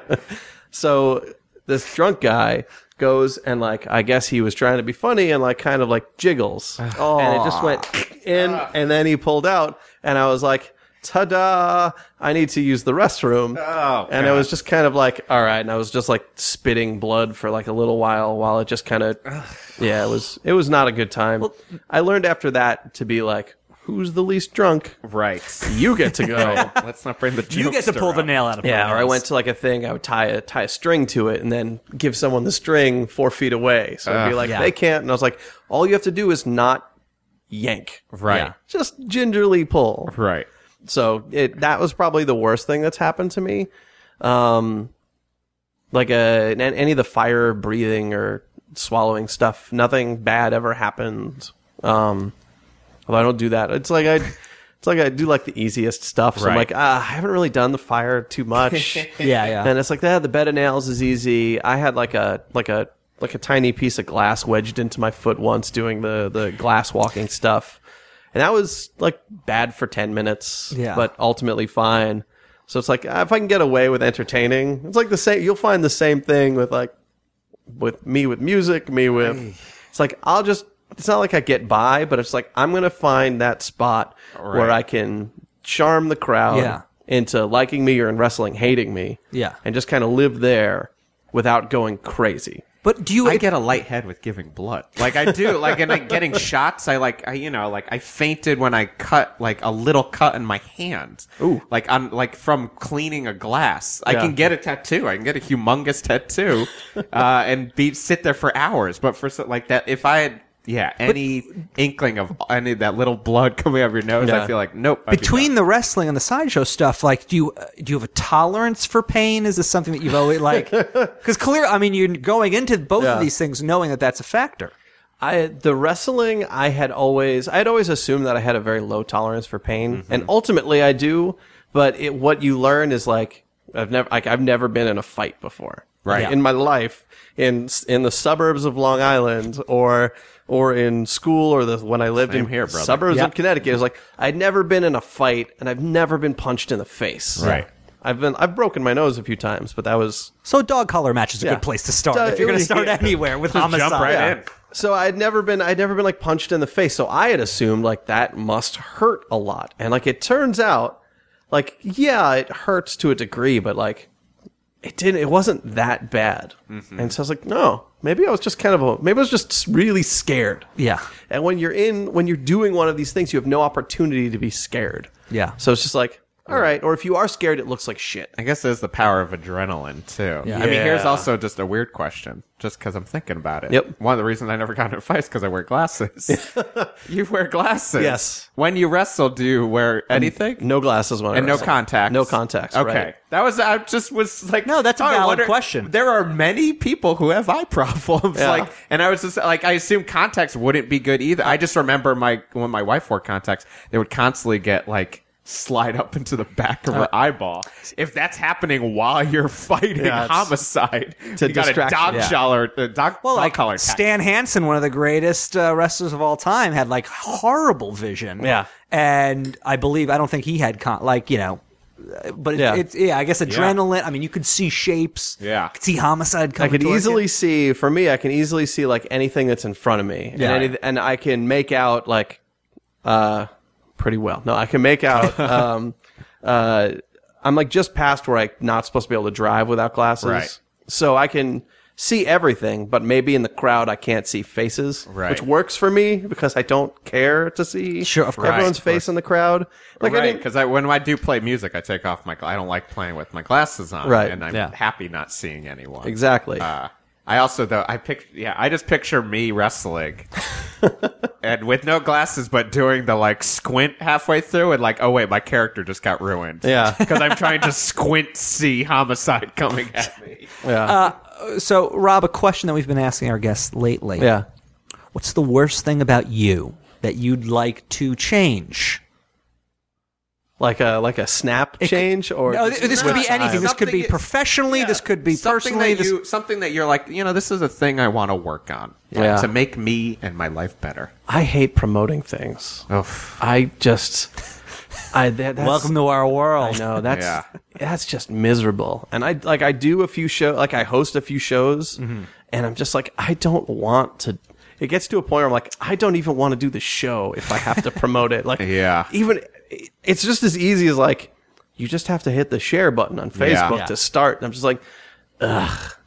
Speaker 2: so this drunk guy goes and like I guess he was trying to be funny and like kind of like jiggles, Ah. and it just went in, and then he pulled out, and I was like. Ta-da! I need to use the restroom,
Speaker 1: Oh,
Speaker 2: and it was just kind of like, all right. And I was just like spitting blood for like a little while, while it just kind of, yeah, it was it was not a good time. I learned after that to be like, who's the least drunk?
Speaker 1: Right.
Speaker 2: You get to go.
Speaker 1: Let's not bring the
Speaker 3: You get to
Speaker 1: jokester
Speaker 3: pull the
Speaker 1: up.
Speaker 3: nail out of
Speaker 2: Yeah,
Speaker 3: my
Speaker 2: or I
Speaker 3: ass.
Speaker 2: went to like a thing. I would tie a tie a string to it, and then give someone the string four feet away. So I'd be like,
Speaker 3: yeah.
Speaker 2: they can't. And I was like, all you have to do is not yank,
Speaker 1: Right.
Speaker 2: Just gingerly pull.
Speaker 1: Right.
Speaker 2: So it that was probably the worst thing that's happened to me. Um, like a an- any of the fire breathing or swallowing stuff, nothing bad ever happened. Um, although I don't do that. It's like I, it's like I do like the easiest stuff. So I'm
Speaker 1: Right.
Speaker 2: like, ah, I haven't really done the fire too much.
Speaker 3: Yeah, yeah.
Speaker 2: And it's like that. The bed of nails is easy. I had like a like a like a tiny piece of glass wedged into my foot once doing the the glass walking stuff, and that was like bad for ten minutes.
Speaker 4: Yeah.
Speaker 2: but ultimately fine. So it's like ah, if I can get away with entertaining, it's like the same. You'll find the same thing with like with me with music, me with. It's like I'll just. It's not like I get by, but it's like I'm gonna find that spot where I can charm the crowd
Speaker 4: Yeah.
Speaker 2: into liking me or in wrestling hating me.
Speaker 4: Yeah.
Speaker 2: and just kind of live there without going crazy.
Speaker 3: But do you?
Speaker 1: I get a light head with giving blood. Like I do. Like and like getting shots. I like. I you know. Like I fainted when I cut like a little cut in my hand. Ooh. Like I'm like from cleaning a glass. I
Speaker 2: Yeah.
Speaker 1: can get a tattoo. I can get a humongous tattoo, uh, and be sit there for hours. But for so, like that, if I had. Yeah, any inkling of any of that little blood coming out of your nose,
Speaker 2: Yeah.
Speaker 1: I feel like nope. I'd be
Speaker 3: between the wrestling and the sideshow stuff, like, do you uh, do you have a tolerance for pain? Is this something that you've always like? Because clear, I mean, you're going into both
Speaker 2: Yeah.
Speaker 3: of these things knowing that that's a factor.
Speaker 2: I the wrestling I had always I had always assumed that I had a very low tolerance for pain,
Speaker 1: Mm-hmm.
Speaker 2: and ultimately I do. But it, what you learn is like I've never like I've never been in a fight before,
Speaker 1: Right.
Speaker 2: In my life, in s- in the suburbs of Long Island, or or in school, or the when I lived
Speaker 1: Same
Speaker 2: in
Speaker 1: here, brother.
Speaker 2: suburbs
Speaker 3: Yeah.
Speaker 2: of Connecticut, it was like I'd never been in a fight, and I've never been punched in the face,
Speaker 1: Right.
Speaker 2: I've been I've broken my nose a few times, but that was
Speaker 3: So, a dog collar match is a
Speaker 2: Yeah.
Speaker 3: good place to start
Speaker 2: Uh,
Speaker 3: if you're
Speaker 2: it
Speaker 3: going to
Speaker 2: was-
Speaker 3: start
Speaker 2: yeah.
Speaker 3: anywhere with
Speaker 1: jump
Speaker 3: homicide.
Speaker 1: right
Speaker 3: Yeah.
Speaker 1: in.
Speaker 2: So I'd never been I'd never been like punched in the face. So I had assumed like that must hurt a lot. And like it turns out like yeah, it hurts to a degree, but like it didn't it wasn't that bad.
Speaker 1: Mm-hmm.
Speaker 2: And so I was like, no, maybe I was just kind of a, maybe I was just really scared.
Speaker 3: Yeah.
Speaker 2: And when you're in when you're doing one of these things, you have no opportunity to be scared.
Speaker 3: Yeah.
Speaker 2: So it's just like all right, or if you are scared, it looks like shit.
Speaker 1: I guess there's the power of adrenaline too. I mean,
Speaker 2: Yeah.
Speaker 1: here's also just a weird question, just because I'm thinking about it.
Speaker 2: Yep.
Speaker 1: One of the reasons I never got into fights because I wear glasses. you wear glasses.
Speaker 2: Yes.
Speaker 1: When you wrestle, do you wear anything?
Speaker 2: Oh, No glasses when I
Speaker 1: And no
Speaker 2: wrestle.
Speaker 1: contacts.
Speaker 2: No contacts.
Speaker 1: Okay,
Speaker 2: right.
Speaker 1: that was I just was like,
Speaker 3: No, that's a
Speaker 1: oh, I
Speaker 3: valid
Speaker 1: wonder-
Speaker 3: question.
Speaker 1: There are many people who have eye problems,
Speaker 2: Yeah.
Speaker 1: like, and I was just like, I assume contacts wouldn't be good either. I just remember my when my wife wore contacts, they would constantly get like slide up into the back
Speaker 2: Uh,
Speaker 1: of her eyeball. If that's happening while you're fighting
Speaker 2: Yeah, it's-
Speaker 1: homicide,
Speaker 2: to
Speaker 1: you got a
Speaker 2: distraction.
Speaker 1: dog
Speaker 2: Yeah.
Speaker 1: collar, a dog,
Speaker 3: Well,
Speaker 1: dog
Speaker 3: like
Speaker 1: collar attack.
Speaker 3: Stan Hansen, one of the greatest uh, wrestlers of all time, had like horrible vision.
Speaker 2: Yeah.
Speaker 3: and I believe I don't think he had con- like you know, uh, but it,
Speaker 2: Yeah.
Speaker 3: yeah. it's yeah. I guess adrenaline. I mean, you could see shapes.
Speaker 1: Yeah.
Speaker 3: you could see homicide.
Speaker 2: I
Speaker 3: Coming
Speaker 2: could
Speaker 3: towards
Speaker 2: easily
Speaker 3: you.
Speaker 2: see for me. I can easily see like anything that's in front of me,
Speaker 3: Yeah.
Speaker 2: and, any, and I can make out like, uh, pretty well. No, I can make out. um, uh, I'm like just past where I'm not supposed to be able to drive without glasses,
Speaker 1: Right.
Speaker 2: so I can see everything, but maybe in the crowd I can't see faces,
Speaker 1: Right.
Speaker 2: which works for me because I don't care to see
Speaker 4: Sure, of course.
Speaker 2: everyone's face in the crowd. Like I
Speaker 1: right,
Speaker 2: didn't,
Speaker 1: because I, when I do play music, I take off my. gla- I don't like playing with my glasses on,
Speaker 2: Right,
Speaker 1: And I'm
Speaker 3: yeah.
Speaker 1: happy not seeing anyone.
Speaker 2: exactly.
Speaker 1: Uh,
Speaker 3: Ah.
Speaker 1: I also though I pic yeah I just picture me wrestling, and with no glasses, but doing the like squint halfway through, and like oh wait, my character just got ruined.
Speaker 2: Yeah.
Speaker 1: because I'm trying to squint see homicide coming at me.
Speaker 2: yeah,
Speaker 3: So, Rob, a question that we've been asking our guests lately.
Speaker 2: yeah.
Speaker 3: What's the worst thing about you that you'd like to change?
Speaker 2: Like a like a snap change or
Speaker 3: No,
Speaker 2: just-
Speaker 3: this could be
Speaker 1: not-
Speaker 3: anything. This could be
Speaker 1: something-
Speaker 3: professionally. this could be
Speaker 1: something
Speaker 3: personally.
Speaker 1: That
Speaker 3: This,
Speaker 1: you, Something that you're like you know this is a thing I want to work on
Speaker 2: Yeah.
Speaker 1: to make me and my life better.
Speaker 2: I hate promoting things.
Speaker 1: Oh,
Speaker 2: I just I that, that's,
Speaker 3: welcome to our world.
Speaker 2: I know that's
Speaker 1: Yeah.
Speaker 2: that's just miserable. And I like I do a few show like I host a few shows
Speaker 1: Mm-hmm.
Speaker 2: and I'm just like I don't want to it gets to a point where I'm like I don't even want to do the show if I have to promote it. Like
Speaker 1: Yeah.
Speaker 2: Even it's just as easy as like you just have to hit the share button on
Speaker 1: Yeah.
Speaker 2: Facebook to start. And I'm just like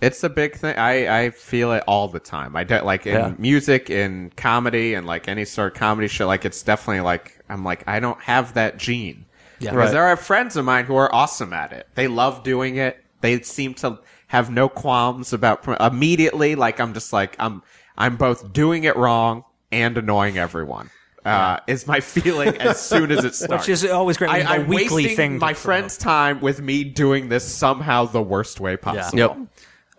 Speaker 1: It's a big thing. I, I feel it all the time. I de- like in
Speaker 2: Yeah.
Speaker 1: music, in comedy, and like any sort of comedy show. Like it's definitely like I'm like I don't have that gene. Yeah, because
Speaker 2: Right.
Speaker 1: there are friends of mine who are awesome at it. They love doing it. They seem to have no qualms about prom- immediately. Like I'm just like I'm I'm both doing it wrong and annoying everyone. Uh, is my feeling as soon as it starts,
Speaker 3: is always great when
Speaker 1: I,
Speaker 3: you have a
Speaker 1: am
Speaker 3: weekly
Speaker 1: wasting
Speaker 3: thing to
Speaker 1: my
Speaker 3: promote.
Speaker 1: friend's time with me doing this somehow the worst way possible
Speaker 2: yep.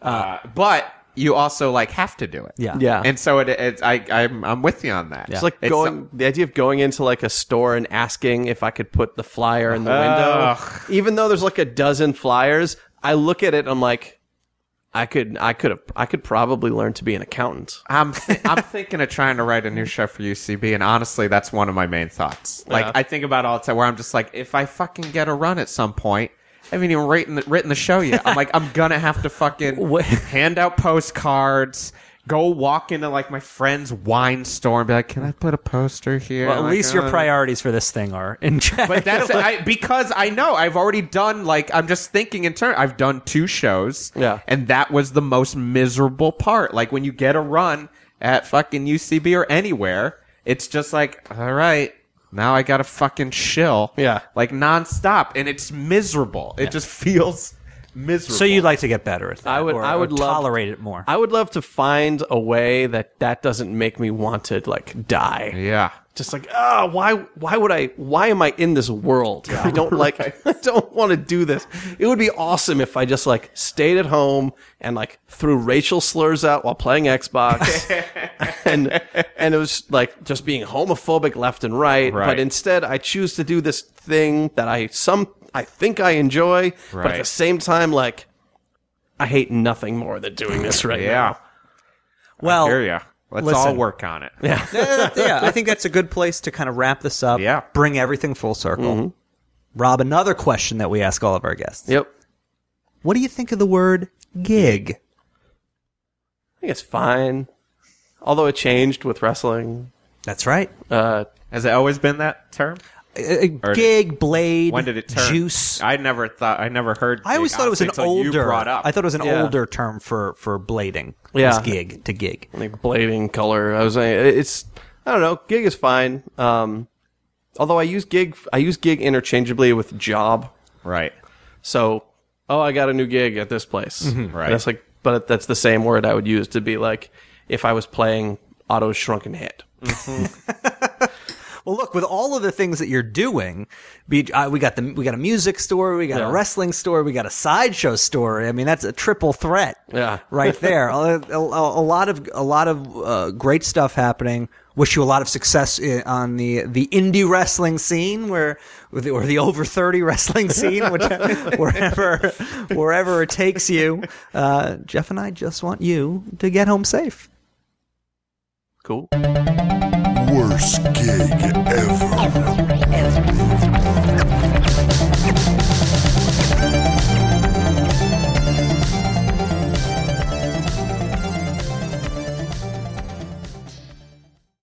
Speaker 1: but you also like have to do it.
Speaker 3: Yeah.
Speaker 2: Yeah.
Speaker 1: And so it, it I I'm I'm with you on that.
Speaker 2: It's like going the idea of going into like a store and asking if I could put the flyer in the window. Even though there's like a dozen flyers, I look at it and I'm like I could I could have I could probably learn to be an accountant.
Speaker 1: I'm th- I'm thinking of trying to write a new show for UCB, and honestly, that's one of my main thoughts. Like I think about it all the time, where I'm just like, if I fucking get a run at some point, I haven't even written the, written the show yet. I'm like, I'm gonna have to fucking hand out postcards. Go walk into like my friend's wine store and be like, "Can I put a poster here?"
Speaker 3: Well, at
Speaker 1: Like,
Speaker 3: least your
Speaker 1: uh,
Speaker 3: priorities for this thing are in check.
Speaker 1: But that's I, because I know I've already done like I'm just thinking in turn. I've done two shows,
Speaker 2: Yeah.
Speaker 1: and that was the most miserable part. Like when you get a run at fucking UCB or anywhere, it's just like, all right, now I got to fucking shill,
Speaker 2: Yeah.
Speaker 1: like nonstop, and it's miserable. It just feels miserable.
Speaker 3: so you'd like to get better at that.
Speaker 2: I would
Speaker 3: or-
Speaker 2: I would
Speaker 3: or
Speaker 2: love
Speaker 3: tolerate it more.
Speaker 2: I would love to find a way that that doesn't make me want to like die.
Speaker 1: yeah.
Speaker 2: Just like ah, why why would I why am I in this world? I don't like I don't want to do this. It would be awesome if I just like stayed at home and like threw racial slurs out while playing Xbox. and and it was like just being homophobic left and right.
Speaker 1: Right.
Speaker 2: But instead, I choose to do this thing that I some I think I enjoy, but at the
Speaker 1: Right.
Speaker 2: same time, like I hate nothing more than doing this right
Speaker 1: Yeah.
Speaker 3: well,
Speaker 1: Here ya. Let's all
Speaker 3: listen.
Speaker 1: work on it.
Speaker 2: now. Yeah,
Speaker 3: yeah, I think that's a good place to kind of wrap this up.
Speaker 1: Yeah. Mm-hmm.
Speaker 3: Bring everything full circle. Rob, another question that we ask all of our guests.
Speaker 2: yep.
Speaker 3: What do you think of the word gig?
Speaker 2: I think it's fine, although it changed with wrestling.
Speaker 3: That's right.
Speaker 2: Uh,
Speaker 1: Has it always been that term?
Speaker 3: A- a
Speaker 1: Or-
Speaker 3: gig, blade,
Speaker 1: When did it turn?
Speaker 3: juice.
Speaker 1: I never thought. I never heard.
Speaker 3: I always
Speaker 1: gig,
Speaker 3: thought it was an
Speaker 1: honestly, until You
Speaker 3: older.
Speaker 1: brought up.
Speaker 3: I thought it was an
Speaker 2: Yeah.
Speaker 3: older term for for blading.
Speaker 2: Yeah.
Speaker 3: was gig to gig.
Speaker 2: like blading color. I was saying it- it's I don't know. Gig is fine. Um, although I use gig I use gig interchangeably with job.
Speaker 1: right.
Speaker 2: So, oh, I got a new gig at this place.
Speaker 1: Right.
Speaker 2: And That's like, but that's the same word I would use to be like, if I was playing Otto's Shrunken Head.
Speaker 3: Well, look with all of the things that you're doing, be, uh, we got the we got a music store, we got a
Speaker 2: Yeah.
Speaker 3: wrestling store, we got a sideshow store. I mean, that's a triple threat.
Speaker 2: Yeah.
Speaker 3: right there. a, a- a lot of a lot of uh, great stuff happening. Wish you a lot of success i on the the indie wrestling scene, where or the, or the over thirty wrestling scene, which, wherever wherever it takes you. Uh, Jeff and I just want you to get home safe.
Speaker 2: Cool.
Speaker 5: Worst gig ever.